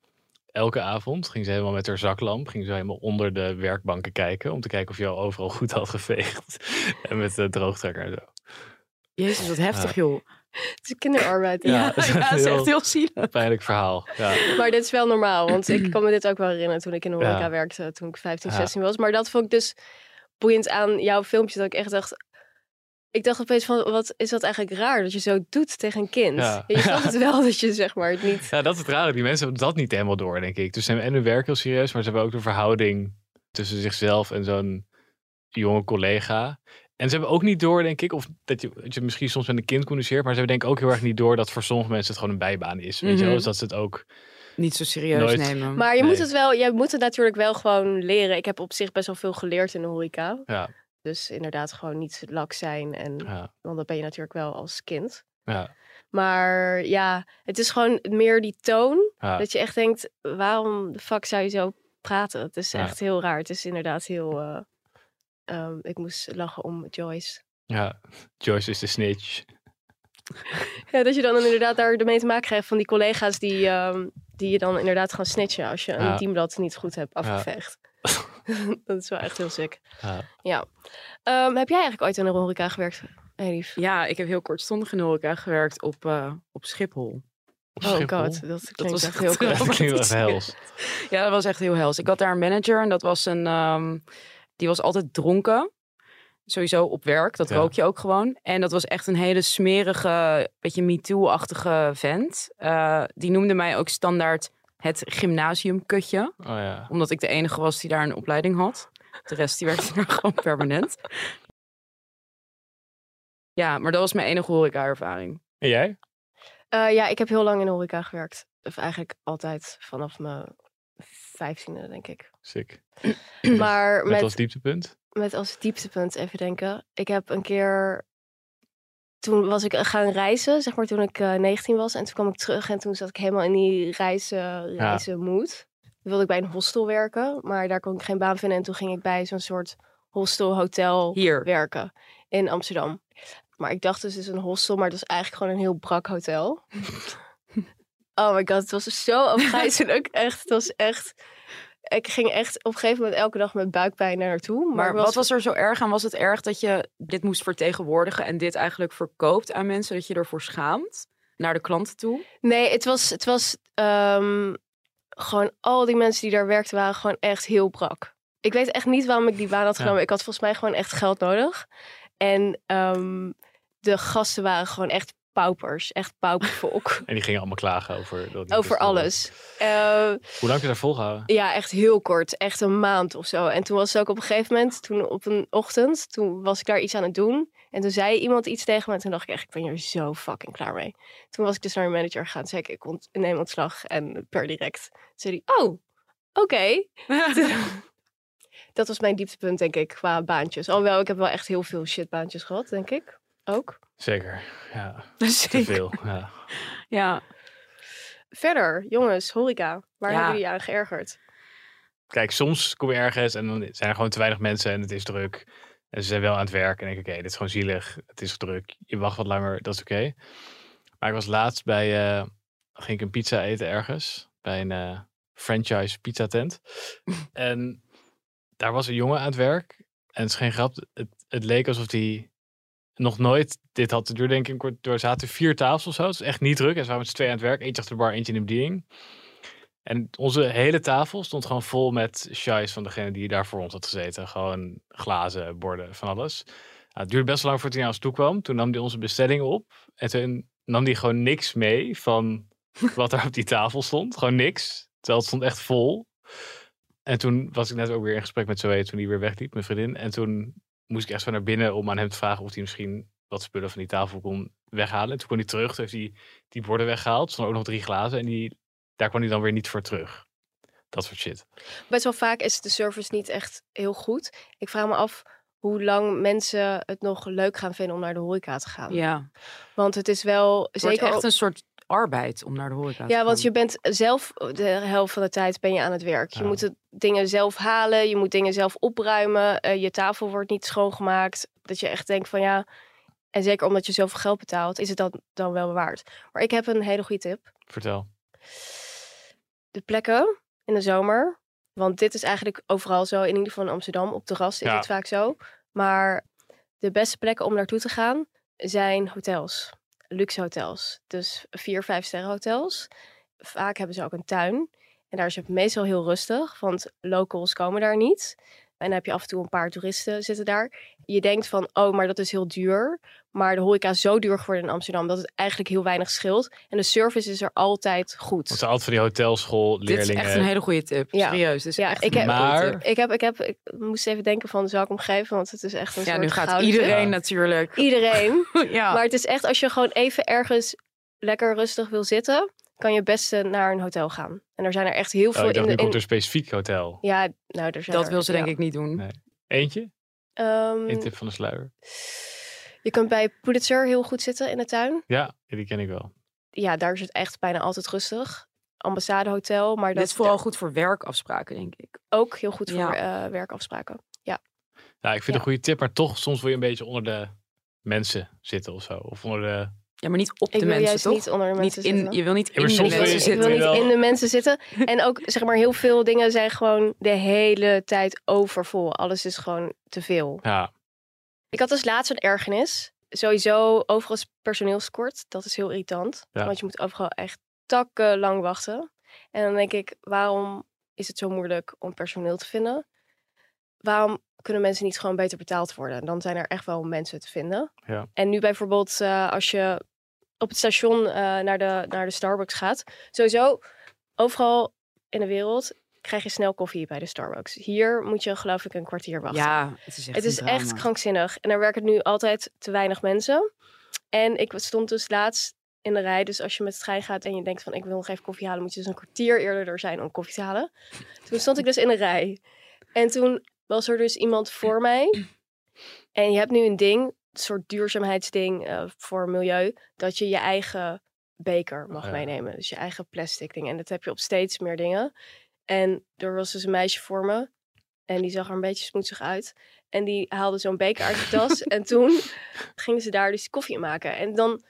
S4: elke avond, ging ze helemaal met haar zaklamp, ging ze helemaal onder de werkbanken kijken. Om te kijken of je al overal goed had geveegd. en met de droogtrekker en zo.
S3: Jezus, wat heftig, joh.
S2: Het is kinderarbeid.
S4: Ja,
S3: Ja,
S4: dat is
S3: ja, dat is
S4: heel-
S3: echt heel zielig.
S4: Pijnlijk verhaal. Ja.
S2: Maar dit is wel normaal, want ik kan me dit ook wel herinneren toen ik in de horeca
S4: Ja.
S2: werkte, toen ik 15,
S4: Ja.
S2: 16 was. Maar dat vond ik dus boeiend aan jouw filmpje, dat ik echt dacht... Ik dacht opeens van, wat is dat eigenlijk raar dat je zo doet tegen een kind?
S4: Ja.
S2: Je snapt het wel dat je zeg maar het niet...
S4: Ja, dat is het rare. Die mensen hebben dat niet helemaal door, denk ik. Dus ze hebben en hun werk heel serieus, maar ze hebben ook de verhouding tussen zichzelf en zo'n jonge collega. En ze hebben ook niet door, denk ik, of dat je, dat je misschien soms met een kind communiceert, maar ze hebben denk ik ook heel erg niet door dat voor sommige mensen het gewoon een bijbaan is. Weet je wel?
S3: Mhm.
S4: Dus dat ze het ook...
S3: Niet zo serieus
S4: Nooit.
S3: nemen.
S2: Maar je moet
S4: Nee.
S2: het wel, jij moet het natuurlijk wel gewoon leren. Ik heb op zich best wel veel geleerd in de horeca.
S4: Ja.
S2: Dus inderdaad gewoon niet lak zijn. En,
S4: Ja,
S2: Want dat ben je natuurlijk wel als kind.
S4: ja,
S2: Maar ja, het is gewoon meer die toon.
S4: ja.
S2: Dat je echt denkt, waarom de fuck zou je zo praten? Het is
S4: Ja.
S2: echt heel raar. Het is inderdaad heel... eh, ehm, ik moest lachen om Joyce.
S4: ja. Joyce is de snitch.
S2: Ja, dat je dan inderdaad daar ermee te maken krijgt van die collega's die, ehm, die je dan inderdaad gaan snitchen als je
S4: Ja.
S2: een teamblad niet goed hebt afgeveegd. dat is wel echt heel sick.
S4: Ja.
S2: Ehm, heb jij eigenlijk ooit in een horeca gewerkt, Elif?
S3: Ja, ik heb heel kortstondig in de horeca gewerkt op, eh, op Schiphol.
S4: Op
S2: Oh
S4: Schiphol.
S2: god, dat klinkt
S3: was
S2: echt
S3: echt
S2: heel
S4: Dat
S2: cool.
S4: klinkt wel echt hels.
S3: Ja, dat was echt heel hels. Ik had daar een manager en dat was een... ehm, die was altijd dronken. Sowieso op werk, dat
S4: Ja.
S3: rook je ook gewoon. En dat was echt een hele smerige, beetje MeToo-achtige vent. Eh, die noemde mij ook standaard het gymnasiumkutje.
S4: Oh ja.
S3: Omdat ik de enige was die daar een opleiding had. De rest die werkte daar gewoon permanent. Ja, maar dat was mijn enige horeca-ervaring.
S4: En jij?
S2: Eh, ja, ik heb heel lang in de horeca gewerkt. Of eigenlijk altijd vanaf mijn vijftiende, denk ik.
S4: Sick.
S2: Maar
S4: Met
S2: met,
S4: als dieptepunt?
S2: met als dieptepunt even denken. Ik heb een keer. Toen was ik eh, gaan reizen, zeg maar toen ik eh, 19 was. En toen kwam ik terug en toen zat ik helemaal in die reizen, reizen mood. Toen wilde ik bij een hostel werken, maar daar kon ik geen baan vinden. En toen ging ik bij zo'n soort hostel, hotel
S3: Hier.
S2: werken in Amsterdam. Maar ik dacht dus het is een hostel, maar het was eigenlijk gewoon een heel brak hotel. oh my god, het was zo afgrijzend ook echt. Het was echt... Ik ging echt op een gegeven moment elke dag met buikpijn daar naartoe. Maar,
S3: Maar
S2: ik was-
S3: wat was er zo erg aan? Was het erg dat je dit moest vertegenwoordigen en dit eigenlijk verkoopt aan mensen? Dat je ervoor schaamt naar de klanten toe?
S2: Nee, het was, het was ehm, gewoon al die mensen die daar werkten waren gewoon echt heel brak. Ik weet echt niet waarom ik die baan had genomen. Ik had volgens mij gewoon echt geld nodig. En ehm, de gasten waren gewoon echt paupers. Echt paupervolk.
S4: En die gingen allemaal klagen over... Dat
S2: Over alles. Eh,
S4: Hoe lang heb je daar volgehouden?
S2: ja, echt heel kort. Echt een maand of zo. En toen was het ook op een gegeven moment, toen op een ochtend, toen was ik daar iets aan het doen. En toen zei iemand iets tegen me. En toen dacht ik echt, ik ben hier zo fucking klaar mee. Toen was ik dus naar mijn manager gegaan. Zei ik, ik ont- neem ontslag en per direct. Toen zei hij, oh, oké. Dat was mijn dieptepunt, denk ik, qua baantjes. Alhoewel, ik heb wel echt heel veel shitbaantjes gehad, denk ik. Ook.
S4: Zeker. Ja. Te
S3: Zeker.
S4: veel. Ja.
S3: Dus Ja.
S2: Verder, jongens, horeca. Waar
S3: Ja.
S2: hebben jullie je aan geërgerd?
S4: Kijk, soms kom je ergens en dan zijn er gewoon te weinig mensen en het is druk. En ze zijn wel aan het werk en denk ik, oké, dit is gewoon zielig. Het is druk. Je wacht wat langer, dat is oké. Maar ik was laatst bij, eh, ging ik een pizza eten ergens. Bij een eh, franchise pizza tent. en daar was een jongen aan het werk. En het is geen grap, het, het leek alsof hij nog nooit, dit had te duur denk ik, kort- er zaten vier tafels of zo. Het is echt niet druk. En ze waren met z'n tweeën aan het werk. Eentje achter de bar, eentje in de bediening. En onze hele tafel stond gewoon vol met shies van degene die daar voor ons had gezeten. Gewoon glazen, borden, van alles. Nou, het duurde best wel lang voordat hij naar ons toe kwam. Toen nam hij onze bestelling op. En toen nam hij gewoon niks mee van wat er op die tafel stond. Gewoon niks. Terwijl het stond echt vol. En toen was ik net ook weer in gesprek met Zoe toen hij weer wegliep, mijn vriendin. En toen moest ik echt zo naar binnen om aan hem te vragen of hij misschien wat spullen van die tafel kon weghalen. En toen kon hij terug, toen heeft hij die borden weggehaald. Er stonden ook nog drie glazen en die, daar kwam hij dan weer niet voor terug. Dat soort shit.
S2: Best wel vaak is de service niet echt heel goed. Ik vraag me af hoe lang mensen het nog leuk gaan vinden om naar de horeca te gaan.
S3: Ja,
S2: Want het is wel
S3: het wordt
S2: zeker ook-
S3: echt een soort arbeid om naar de horeca te
S2: Ja, want je
S3: gaan.
S2: bent zelf eh, de helft van de tijd ben je aan het werk. Je
S4: Ja.
S2: moet het, dingen zelf halen, je moet dingen zelf opruimen. eh, je tafel wordt niet schoongemaakt. Dat je echt denkt van ja, en zeker omdat je zoveel geld betaalt, is het dat dan wel waard. Maar ik heb een hele goede tip.
S4: Vertel.
S2: De plekken in de zomer, want dit is eigenlijk overal zo, in ieder geval in Amsterdam, op terras is
S4: Ja.
S2: het vaak zo. Maar de beste plekken om naartoe te gaan zijn hotels, luxe hotels. Dus vier, vijf sterren hotels. Vaak hebben ze ook een tuin. En daar is het meestal heel rustig, want locals komen daar niet. En dan heb je af en toe een paar toeristen zitten daar. Je denkt van, oh, maar dat is heel duur. Maar de horeca is zo duur geworden in Amsterdam dat het eigenlijk heel weinig scheelt. En de service is er altijd goed.
S4: Want ze altijd van die hotelschool
S3: Dit is
S4: leerlingen.
S3: echt een hele goede tip.
S2: Ja.
S3: Serieus. Dit is
S2: Ja,
S3: echt
S2: ik
S3: een
S2: heb-
S3: goede
S4: Maar-
S3: tip.
S2: Ik, heb, ik, heb, ik moest even denken van, zou ik hem geven? Want het is echt een
S3: Ja,
S2: soort
S3: nu gaat
S2: gouden tip.
S3: iedereen
S4: Ja.
S3: natuurlijk.
S2: Iedereen.
S3: ja.
S2: Maar het is echt, als je gewoon even ergens lekker rustig wil zitten, kan je het beste naar een hotel gaan. En er zijn er echt heel
S4: Oh,
S2: veel
S4: ik dacht,
S2: in
S4: nu
S2: de...
S4: komt
S2: in-
S4: er een specifiek hotel.
S2: Ja, nou, er zijn
S3: dat
S2: er,
S3: wil ze
S2: ja.
S3: denk ik niet doen.
S4: Nee. Eentje?
S2: Ehm,
S4: Een tip van de sluier.
S2: je kunt bij Pulitzer heel goed zitten in de tuin.
S4: Ja, die ken ik wel.
S2: Ja, daar is het echt bijna altijd rustig. Ambassadehotel, maar dat
S3: Dit is vooral goed voor werkafspraken, denk ik.
S2: ook heel goed voor
S3: Ja.
S2: eh, werkafspraken.
S4: Nou, ik vind het
S2: Ja.
S4: een goede tip, maar toch, soms wil je een beetje onder de mensen zitten of zo. Of onder de...
S3: Ja, maar niet op
S2: Ik
S3: de
S2: wil
S3: mensen,
S2: juist
S3: toch?
S2: niet onder de
S3: Niet
S2: mensen
S3: in,
S2: zitten.
S3: je wil niet in
S4: maar
S3: de
S4: soms
S2: Ik wil,
S3: mensen
S4: wil je-
S2: ik wil
S3: zitten.
S4: wel-
S2: niet in de mensen zitten. En ook, zeg maar, heel veel dingen zijn gewoon de hele tijd overvol. Alles is gewoon te veel.
S4: Ja,
S2: Ik had dus laatst een ergernis. Sowieso overal is personeelskort. Dat is heel irritant.
S4: Ja.
S2: Want je moet overal echt takken lang wachten. En dan denk ik, waarom is het zo moeilijk om personeel te vinden? Waarom kunnen mensen niet gewoon beter betaald worden? Dan zijn er echt wel mensen te vinden.
S4: Ja.
S2: En nu bijvoorbeeld eh, als je op het station eh, naar, de, naar de Starbucks gaat. Sowieso, overal in de wereld krijg je snel koffie bij de Starbucks. Hier moet je geloof ik een kwartier wachten.
S3: Ja, het is echt
S2: Het
S3: een
S2: is
S3: drama.
S2: echt krankzinnig. En er werken nu altijd te weinig mensen. En ik stond dus laatst in de rij. Dus als je met de trein gaat en je denkt van ik wil nog even koffie halen, moet je dus een kwartier eerder er zijn om koffie te halen. Toen stond ik dus in de rij. En toen was er dus iemand voor mij. En je hebt nu een ding, een soort duurzaamheidsding eh, voor milieu, dat je je eigen beker mag
S4: Ja.
S2: meenemen. Dus je eigen plastic ding. En dat heb je op steeds meer dingen. En er was dus een meisje voor me. En die zag er een beetje smoetsig uit. En die haalde zo'n beker uit de tas. en toen gingen ze daar dus koffie in maken. En dan,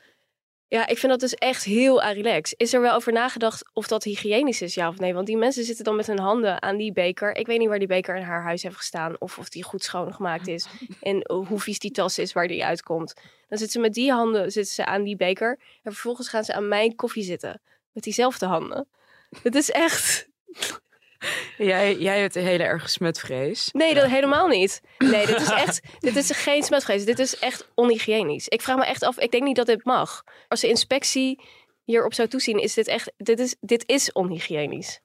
S2: ja, ik vind dat dus echt heel aan relax. Is er wel over nagedacht of dat hygiënisch is, ja of nee? Want die mensen zitten dan met hun handen aan die beker. Ik weet niet waar die beker in haar huis heeft gestaan. Of of die goed schoongemaakt is. En hoe vies die tas is waar die uitkomt. Dan zitten ze met die handen zitten ze aan die beker. En vervolgens gaan ze aan mijn koffie zitten. Met diezelfde handen. Het is echt...
S3: Jij, jij hebt een hele erg smetvrees.
S2: Nee, dat helemaal niet. Nee, dit is echt. Dit is geen smetvrees. Dit is echt onhygiënisch. Ik vraag me echt af. Ik denk niet dat dit mag. Als de inspectie hierop zou toezien, is dit echt. Dit is, dit is onhygiënisch.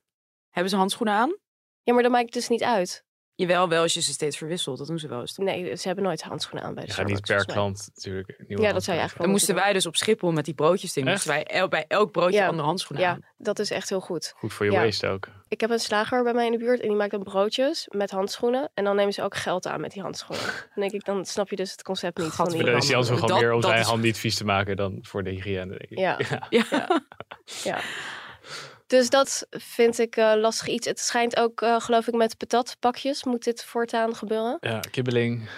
S3: Hebben ze handschoenen aan?
S2: Ja, maar dat maakt het dus niet uit.
S3: Jawel, wel als je ze steeds verwisselt. Dat doen ze wel eens.
S2: Nee, ze hebben nooit handschoenen aan bij de
S4: je gaat niet
S2: Starbucks,
S4: per
S2: volgens mij.
S4: klant natuurlijk. nieuwe
S2: Ja, dat zou je eigenlijk
S4: handjes.
S3: Dan
S2: wel
S3: moesten wij dus op Schiphol met die broodjes dingen.
S4: Echt?
S3: Moesten wij el- bij elk broodje
S2: Ja.
S3: andere handschoenen aan.
S2: Ja, dat is echt heel goed.
S4: Goed voor je
S2: Ja.
S4: waste ook.
S2: Ik heb een slager bij mij in de buurt en die maakt dan broodjes met handschoenen. En dan nemen ze ook geld aan met die handschoenen. Dan denk ik, dan snap je dus het concept niet. Van
S4: Maar
S2: die...
S4: dan is die anders wel gewoon
S3: Dat-
S4: meer om
S3: dat
S4: zijn
S3: is-
S4: hand niet vies te maken dan voor de hygiëne, denk ik.
S2: Ja.
S3: Ja.
S2: Ja. Dus dat vind ik eh, lastig iets. Het schijnt ook, eh, geloof ik, met patatpakjes moet dit voortaan gebeuren.
S4: Ja, kibbeling.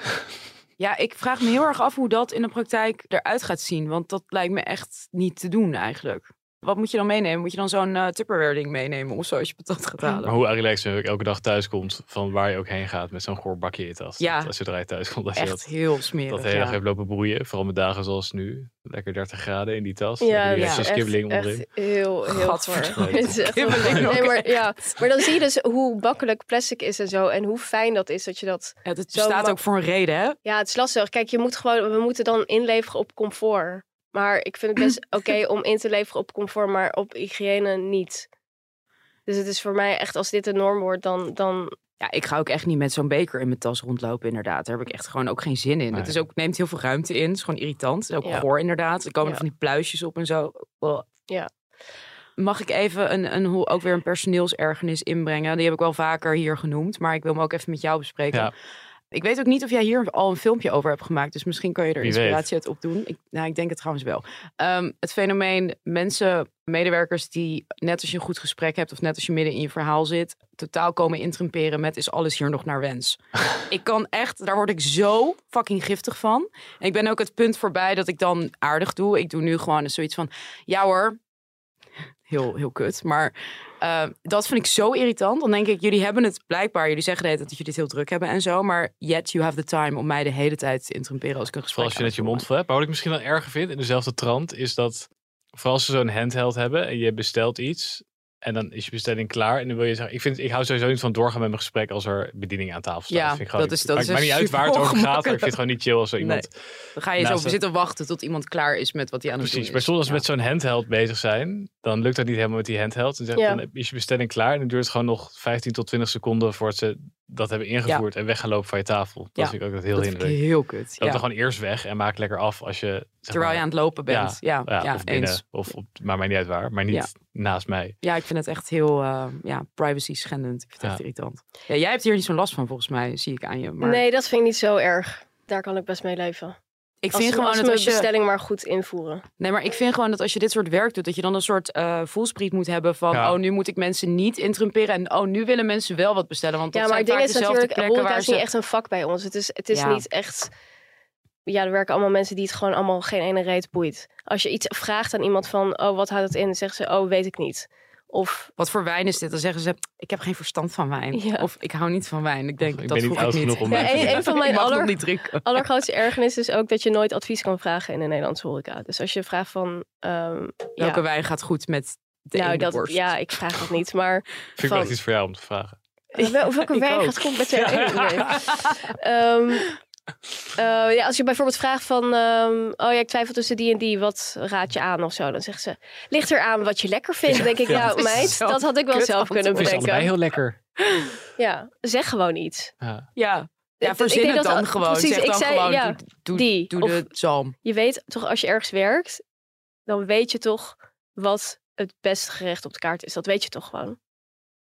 S3: Ja, ik vraag me heel erg af hoe dat in de praktijk eruit gaat zien. Want dat lijkt me echt niet te doen eigenlijk. Wat moet je dan meenemen? Moet je dan zo'n eh, Tupperware ding meenemen of zo als je patat gaat halen?
S4: Maar hoe relaxed natuurlijk elke dag thuis komt, van waar je ook heen gaat met zo'n goor bakje in je tas.
S3: Ja.
S4: Dat Als je eruit thuis komt, dat je
S3: Echt
S4: dat,
S3: heel smerig.
S4: dat hele
S3: ja.
S4: dag hebt lopen broeien. Vooral met dagen zoals nu. Lekker 30 graden in die tas.
S2: Ja,
S4: Ja,
S2: dat
S4: ja.
S2: is echt,
S4: kibbeling onderin.
S2: echt heel, heel goor.
S3: Gadverdamme.
S2: Het is echt heel
S3: Kibbeling
S2: goor. Nee,
S3: ook
S2: maar, ja. maar dan zie je dus hoe makkelijk plastic is en zo. En hoe fijn dat is dat je dat...
S3: Ja, het
S2: Zo
S3: staat
S2: mak-
S3: ook voor een reden, hè?
S2: Ja, het is lastig. Kijk, je moet gewoon, we moeten dan inleveren op comfort. Maar ik vind het best oké om in te leveren op comfort, maar op hygiëne niet. Dus het is voor mij echt, als dit de norm wordt, dan, dan
S3: Ja, ik ga ook echt niet met zo'n beker in mijn tas rondlopen, inderdaad. Daar heb ik echt gewoon ook geen zin in.
S4: Nee.
S3: Het is ook, neemt heel veel ruimte in. Het is gewoon irritant. Het is ook
S2: Ja.
S3: goor, inderdaad. Er komen
S2: Ja.
S3: van die pluisjes op en zo. Ugh.
S2: Ja.
S3: Mag ik even een, een, hoe- ook weer een personeelsergernis inbrengen? Die heb ik wel vaker hier genoemd, maar ik wil hem ook even met jou bespreken.
S4: Ja.
S3: Ik weet ook niet of jij hier al een filmpje over hebt gemaakt, dus misschien kan je er
S4: Wie weet.
S3: inspiratie uit opdoen. Ik, nou, ik denk het trouwens wel. Ehm, het fenomeen mensen, medewerkers die net als je een goed gesprek hebt of net als je midden in je verhaal zit, totaal komen intrimperen met is alles hier nog naar wens. ik kan echt, daar word ik zo fucking giftig van. En ik ben ook het punt voorbij dat ik dan aardig doe. Ik doe nu gewoon eens zoiets van, ja hoor, heel, heel kut, maar eh, dat vind ik zo irritant. Dan denk ik, jullie hebben het blijkbaar, jullie zeggen de hele tijd dat jullie het heel druk hebben en zo, maar yet you have the time om mij de hele tijd te intrimperen als ik een gesprek
S4: Vooral als je
S3: aan
S4: net je
S3: het
S4: mond vol hebt. Maar wat ik misschien wel erger vind in dezelfde trant is dat. Vooral als ze zo'n handheld hebben en je bestelt iets. En dan is je bestelling klaar. En dan wil je zeggen. Ik, vind, ik hou sowieso niet van doorgaan met mijn gesprek als er bediening aan tafel staat.
S3: Ja,
S4: vind ik gewoon,
S3: dat is- dat
S4: maakt
S3: is
S4: mij niet uit waar het
S3: super
S4: over gaat. Maar ik vind het
S3: ongemakkelijk.
S4: gewoon niet chill als zo iemand.
S3: doen. Dan ga je
S4: Naast
S3: zo
S4: dat-
S3: zitten wachten tot iemand klaar is met wat hij aan het
S4: Precies,
S3: doen
S4: maar
S3: is.
S4: soms als we
S3: Ja.
S4: met zo'n handheld bezig zijn, dan lukt dat niet helemaal met die handheld. En zeg,
S2: Ja.
S4: dan heb- is je bestelling klaar en dan duurt het gewoon nog 15 tot 20 seconden voordat ze dat hebben ingevoerd en weg gaan lopen van je tafel. Dat
S3: Ja,
S4: vind ik ook dat heel
S3: dat vind ik
S4: hinderlijk.
S3: heel kut.
S4: Loop
S3: ja.
S4: dan gewoon eerst weg en maak lekker af als je... zeg
S3: Terwijl je
S4: maar,
S3: aan het lopen bent. Ja, ja,
S4: ja, of binnen,
S3: eens.
S4: of op, maar mij niet uit waar, maar niet
S3: Ja.
S4: naast mij.
S3: Ja, ik vind het echt heel eh, ja, privacy schendend. Ik vind het
S4: Ja.
S3: echt irritant. Ja, jij hebt hier niet zo'n last van, volgens mij, zie ik aan je. Maar
S2: Nee, dat vind ik niet zo erg. Daar kan ik best mee leven.
S3: ik
S2: als,
S3: vind gewoon
S2: als
S3: dat
S2: we
S3: als
S2: de
S3: je...
S2: bestelling maar goed invoeren.
S3: Nee, maar ik vind gewoon dat als je dit soort werk doet, dat je dan een soort eh voelspriet moet hebben van,
S4: Ja.
S3: oh, nu moet ik mensen niet intrimperen en oh, nu willen mensen wel wat bestellen, want dat
S2: ja, maar
S3: zijn
S2: het ding
S3: vaak
S2: is
S3: dezelfde
S2: natuurlijk,
S3: plekken
S2: horeca
S3: waar
S2: is
S3: ze...
S2: niet echt een vak bij ons. Het is, het is
S3: Ja.
S2: niet echt... Ja, er werken allemaal mensen die het gewoon allemaal geen ene reet boeit. Als je iets vraagt aan iemand van, oh, wat houdt het in? Dan zeggen ze, oh, weet ik niet. Of,
S3: Wat voor wijn is dit? Dan zeggen ze, ik heb geen verstand van wijn.
S2: Ja.
S3: Of ik hou niet van wijn. Ik denk,
S4: Ik
S3: dat
S4: ben niet
S3: vroeg
S4: oud
S3: ik niet.
S4: genoeg om
S2: Ja,
S4: mensen
S2: een-
S4: te-
S2: een van mijn
S3: ik mag nog
S2: aller-
S3: niet drinken.
S2: allergrootste ergernis is ook dat je nooit advies kan vragen in de Nederlandse horeca. Dus als je vraagt van, ehm,
S3: Welke
S2: ja,
S3: wijn gaat goed met de
S2: nou,
S3: ene
S2: dat,
S3: worst?
S2: ja, ik vraag dat niet, maar...
S4: Vind ik wel
S2: van-
S4: echt iets voor jou om te vragen.
S2: Eh, wel- Of welke
S3: Ik
S2: wijn
S3: ook.
S2: gaat komt met zijn nee. Ehm, eh, ja, als je bijvoorbeeld vraagt van, ehm, oh ja, ik twijfel tussen die en die, wat raad je aan of zo? Dan zegt ze, ligt er aan wat je lekker vindt. Dan denk ik, ja,
S3: dat is
S2: meid,
S3: zo'n
S2: dat had ik wel
S3: kut
S2: zelf kunnen
S4: Ik vind ze allebei
S2: bedenken.
S4: heel lekker.
S2: Ja, zeg gewoon iets.
S4: Ja.
S3: Ja, ja
S2: Ik- ik
S3: verzin
S2: denk
S3: het
S2: dat-
S3: dan gewoon.
S2: precies,
S3: zeg
S2: ik
S3: dan
S2: zei,
S3: gewoon,
S2: ja,
S3: doe, doe,
S2: die.
S3: doe
S2: Of-
S3: de zalm.
S2: Je weet toch, als je ergens werkt, dan weet je toch wat het beste gerecht op de kaart is. Dat weet je toch gewoon.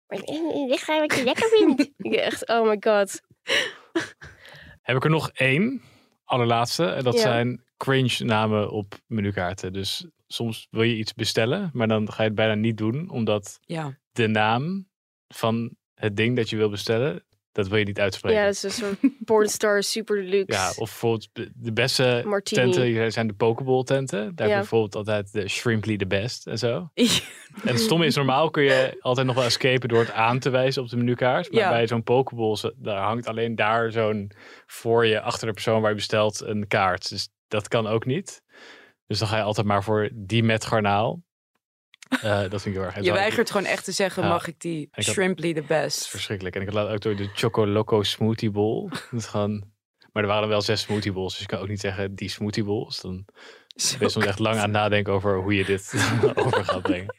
S2: Maar ligt aan wat je lekker vindt. Echt, oh my god.
S4: Heb ik er nog één, allerlaatste. En dat
S2: Ja.
S4: zijn cringe namen op menukaarten. Dus soms wil je iets bestellen, maar dan ga je het bijna niet doen. Omdat
S3: Ja.
S4: de naam van het ding dat je wil bestellen, dat wil je niet uitspreken.
S2: Ja, dat is een soort pornstar super deluxe.
S4: Ja, of bijvoorbeeld de- de beste
S2: Martini.
S4: tenten zijn de pokeball tenten. Daar heb je
S2: Ja.
S4: bijvoorbeeld altijd de shrimply the best en zo. En het stomme is, normaal kun je altijd nog wel escapen door het aan te wijzen op de menukaart. Maar
S3: Ja.
S4: bij zo'n pokeball, zo- daar hangt alleen daar zo'n voor je, achter de persoon waar je bestelt, een kaart. Dus dat kan ook niet. Dus dan ga je altijd maar voor die met garnaal. Eh, dat vind ik heel erg
S3: Je
S4: irritant.
S3: weigert gewoon echt te zeggen,
S4: Ja.
S3: mag ik die
S4: had-
S3: shrimply the
S4: Dat is
S3: best?
S4: verschrikkelijk. En ik had laat ook door de Choco Loco Smoothie Bowl. Dat is gewoon... Maar er waren dan wel zes smoothie bowls, dus je kan ook niet zeggen die smoothie bowls. Dan
S3: Zo
S4: ben je soms echt lang aan het nadenken over hoe je dit over gaat brengen.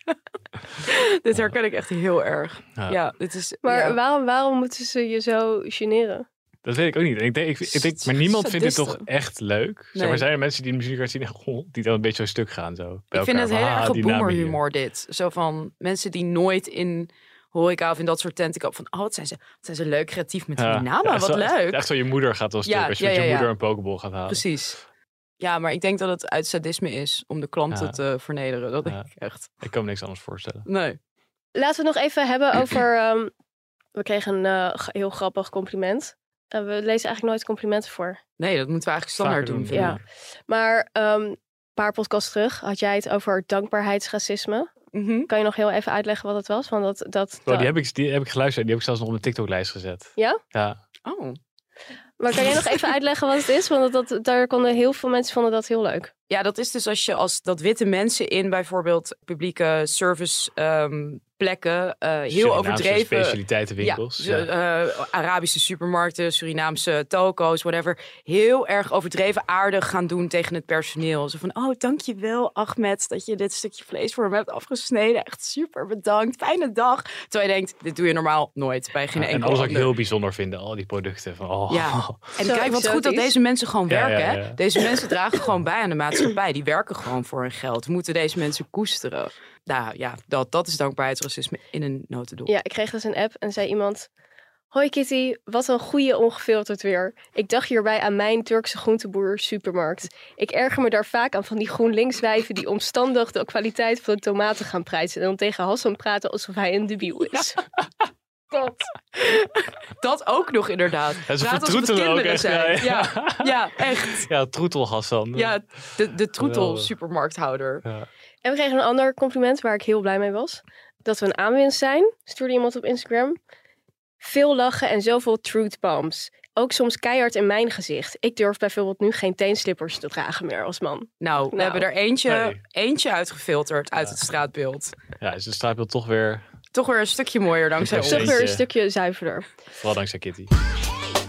S3: Dit herken ik echt heel erg.
S4: Ja.
S3: Ja, dit is.
S2: Maar
S3: ja.
S2: waarom, waarom moeten ze je zo generen?
S4: Dat weet ik ook niet. En ik denk, ik, ik denk, maar niemand vindt dit toch
S3: Sadisten.
S4: echt leuk? Zeg maar,
S3: Nee.
S4: zijn er mensen die de muziek zien en goh, die dan een beetje zo stuk gaan? Zo, bij
S3: ik vind
S4: elkaar,
S3: het
S4: van,
S3: heel
S4: "Ah,
S3: erg
S4: die namen hier."
S3: boemerhumor dit. Zo van mensen die nooit in horeca of in dat soort tenten komen. Van, oh, wat zijn ze, wat zijn ze leuk creatief met
S4: Ja.
S3: die namen.
S4: Ja,
S3: wat
S4: zo-
S3: leuk.
S4: Echt zo, je moeder gaat dan stuk
S3: Ja,
S4: als je
S3: ja,
S4: met je
S3: ja, ja.
S4: moeder een pokeball gaat halen.
S3: Precies. Ja, maar ik denk dat het uit sadisme is om de klanten
S4: Ja.
S3: te vernederen. Dat
S4: Ja.
S3: denk ik echt.
S4: Ik kan me niks anders voorstellen.
S3: Nee.
S2: Laten we het nog even hebben over. ehm, we kregen een eh, g- heel grappig compliment. Eh, En we lezen eigenlijk nooit complimenten voor.
S3: Nee, dat moeten we eigenlijk standaard
S4: Vaker
S3: doen.
S4: doen,
S3: vind ik.
S2: Maar ehm, paar podcasts terug had jij het over dankbaarheidsracisme.
S3: Mhm.
S2: Kan je nog heel even uitleggen wat het was? Want dat, dat,
S4: Oh, die, heb ik, die heb ik geluisterd. Die heb ik zelfs nog op mijn TikTok-lijst gezet.
S2: Ja?
S4: Ja.
S3: Oh.
S2: Maar kan jij nog even uitleggen wat het is? Want dat, dat- daar konden heel veel mensen vonden dat heel leuk.
S3: Ja, dat is dus als je als dat witte mensen in bijvoorbeeld publieke service ehm, plekken eh, heel
S4: Surinaamse
S3: overdreven
S4: Specialiteitenwinkels.
S3: Ja,
S4: Ja,
S3: ze- eh, Arabische supermarkten, Surinaamse toko's, whatever. Heel erg overdreven aardig gaan doen tegen het personeel. Zo van, oh, dankjewel Ahmed dat je dit stukje vlees voor me hebt afgesneden. Echt super bedankt. Fijne dag. Terwijl je denkt, dit doe je normaal nooit bij geen
S4: Ja, en
S3: enkel
S4: alles wat ik
S3: ander.
S4: heel bijzonder vinden. Al die producten. Van, oh.
S3: Ja. En
S2: Zo
S3: kijk, wat goed dat
S2: exotisch.
S3: deze mensen gewoon
S4: Ja,
S3: werken.
S4: ja,
S3: hè?
S4: ja.
S3: Deze mensen dragen gewoon bij aan de maatschappij. Die werken gewoon voor hun geld. We moeten deze mensen koesteren. Nou ja, dat, dat is dankbaarheidsracisme in een notendop.
S2: Ja, ik kreeg dus een app en zei iemand... Hoi Kitty, wat een goeie ongefilterd weer. Ik dacht hierbij aan mijn Turkse groenteboer supermarkt. Ik erger me daar vaak aan van die GroenLinks-wijven... die omstandig de kwaliteit van de tomaten gaan prijzen... en dan tegen Hassan praten alsof hij een debiel is. God.
S3: Dat ook nog inderdaad.
S4: En ze
S3: Praat alsof het
S4: vertroetelen ook
S3: kinderen
S4: echt.
S3: zijn.
S4: Ja,
S3: Ja, ja, echt.
S4: ja troetel Hassan.
S3: Ja, de, de troetel
S4: Geweldig.
S3: supermarkthouder.
S2: En we kregen een ander compliment waar ik heel blij mee was. Dat we een aanwinst zijn, stuurde iemand op Instagram. Veel lachen en zoveel truth bombs. Ook soms keihard in mijn gezicht. Ik durf bijvoorbeeld nu geen teenslippers te dragen meer als man.
S3: Nou, we
S2: Nou.
S3: hebben er eentje,
S4: Nee.
S3: eentje uitgefilterd uit het straatbeeld.
S4: Ja, is het straatbeeld toch weer...
S3: Toch weer een stukje mooier dankzij
S4: Toch
S3: ons.
S2: Toch weer een
S4: Jeetje.
S2: stukje zuiverder.
S4: Vooral dankzij Kitty.
S7: hate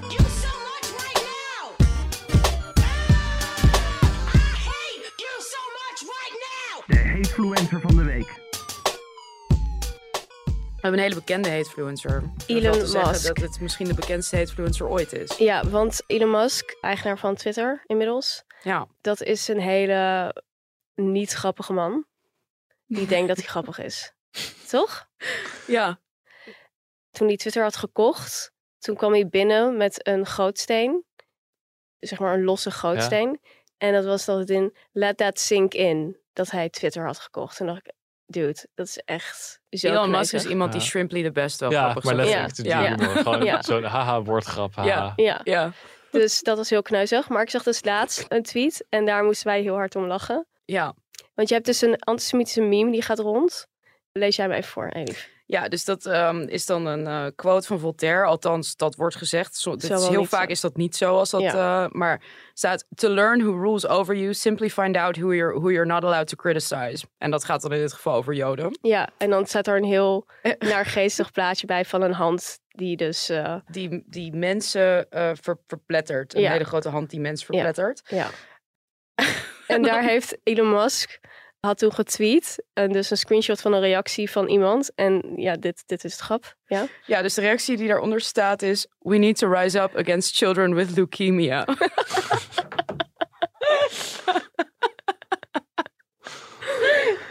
S7: you so much right now. I hate you so much right now.
S3: We hebben een hele bekende hatefluencer. Ik durf
S2: Elon
S3: wel te zeggen
S2: Musk.
S3: Dat het misschien de bekendste hatefluencer ooit is.
S2: Ja, want Elon Musk, eigenaar van Twitter inmiddels,
S3: Ja.
S2: dat is een hele niet grappige man. Die denkt dat hij grappig is. Toch?
S3: Ja.
S2: toen hij Twitter had gekocht, toen kwam hij binnen met een gootsteen. Zeg maar een losse gootsteen. En dat was dat het in Let That Sink In, dat hij Twitter had gekocht. En dacht ik, dude, dat is echt zo
S3: Elon Musk
S2: knezig.
S3: is iemand die
S4: Ja.
S3: Shrimply de best wel
S4: Ja,
S3: grappig
S4: maar
S3: zou
S2: let's-
S4: letterlijk.
S2: Ja.
S4: Ja.
S2: Ja.
S4: Gewoon
S2: Ja.
S4: zo'n haha woordgrap. Haha.
S3: Ja.
S2: Ja,
S3: vinden. Ja.
S2: dus dat was heel kneuzig. Maar ik zag dus laatst een tweet en daar moesten wij heel hard om lachen.
S3: Ja.
S2: Want je hebt dus een antisemitische meme die gaat rond. Lees jij mij even voor, Elif.
S3: Ja, dus dat ehm, is dan een eh, quote van Voltaire. Althans, dat wordt gezegd. Zo, dit
S2: Zal
S3: is
S2: wel
S3: heel
S2: niet
S3: vaak
S2: zijn.
S3: is dat niet zo. Als dat, eh, maar staat... To learn who rules over you, simply find out who you're, who you're not allowed to criticize. En dat gaat dan in dit geval over Joden.
S2: Ja, en dan staat er een heel naargeestig plaatje bij van een hand die dus... eh,
S3: Die, die mensen eh, ver- verplettert. Een
S2: Ja.
S3: hele grote hand die mensen verplettert.
S2: Ja. en daar heeft Elon Musk had toen getweet. En dus een screenshot van een reactie van iemand. En ja, dit, dit is het grap. Ja.
S3: Ja. dus de reactie die daaronder staat is... We need to rise up against children with leukemia.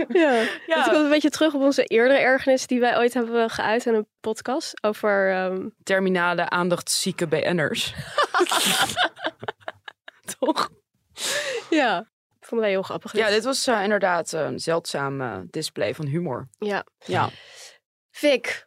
S2: ja. Dat komt een beetje terug op onze eerdere ergernis die wij ooit hebben geuit in een podcast. Over ehm,
S3: Terminale aandachtszieke BN'ers. Toch?
S2: ja, vonden wij heel grappig. Dus
S3: Ja, dit was eh, inderdaad eh, een zeldzaam eh, display van humor.
S2: ja.
S3: Ja.
S2: Vic,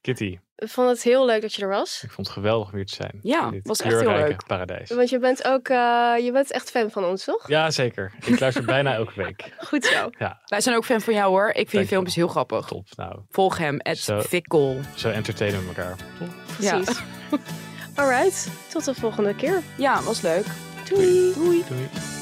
S4: Kitty,
S2: we vonden het heel leuk dat je er was.
S4: ik vond het geweldig om hier te zijn.
S3: Ja,
S4: In dit
S3: was echt heel
S4: kleurrijke
S3: leuk.
S4: paradijs.
S2: Want je bent ook eh, je bent echt fan van ons, toch?
S4: Ja, zeker. Ik luister bijna elke week.
S2: Goed zo.
S3: Wij zijn ook fan van jou hoor. Ik vind je
S4: Dankjewel.
S3: filmpjes heel grappig.
S4: Top. Nou,
S3: Volg hem, at
S4: Zo.
S3: Fikkel.
S4: zo entertainen we elkaar. Toch?
S2: Precies. Alright, tot de volgende keer.
S3: Ja, was leuk.
S2: Doei.
S4: Doei.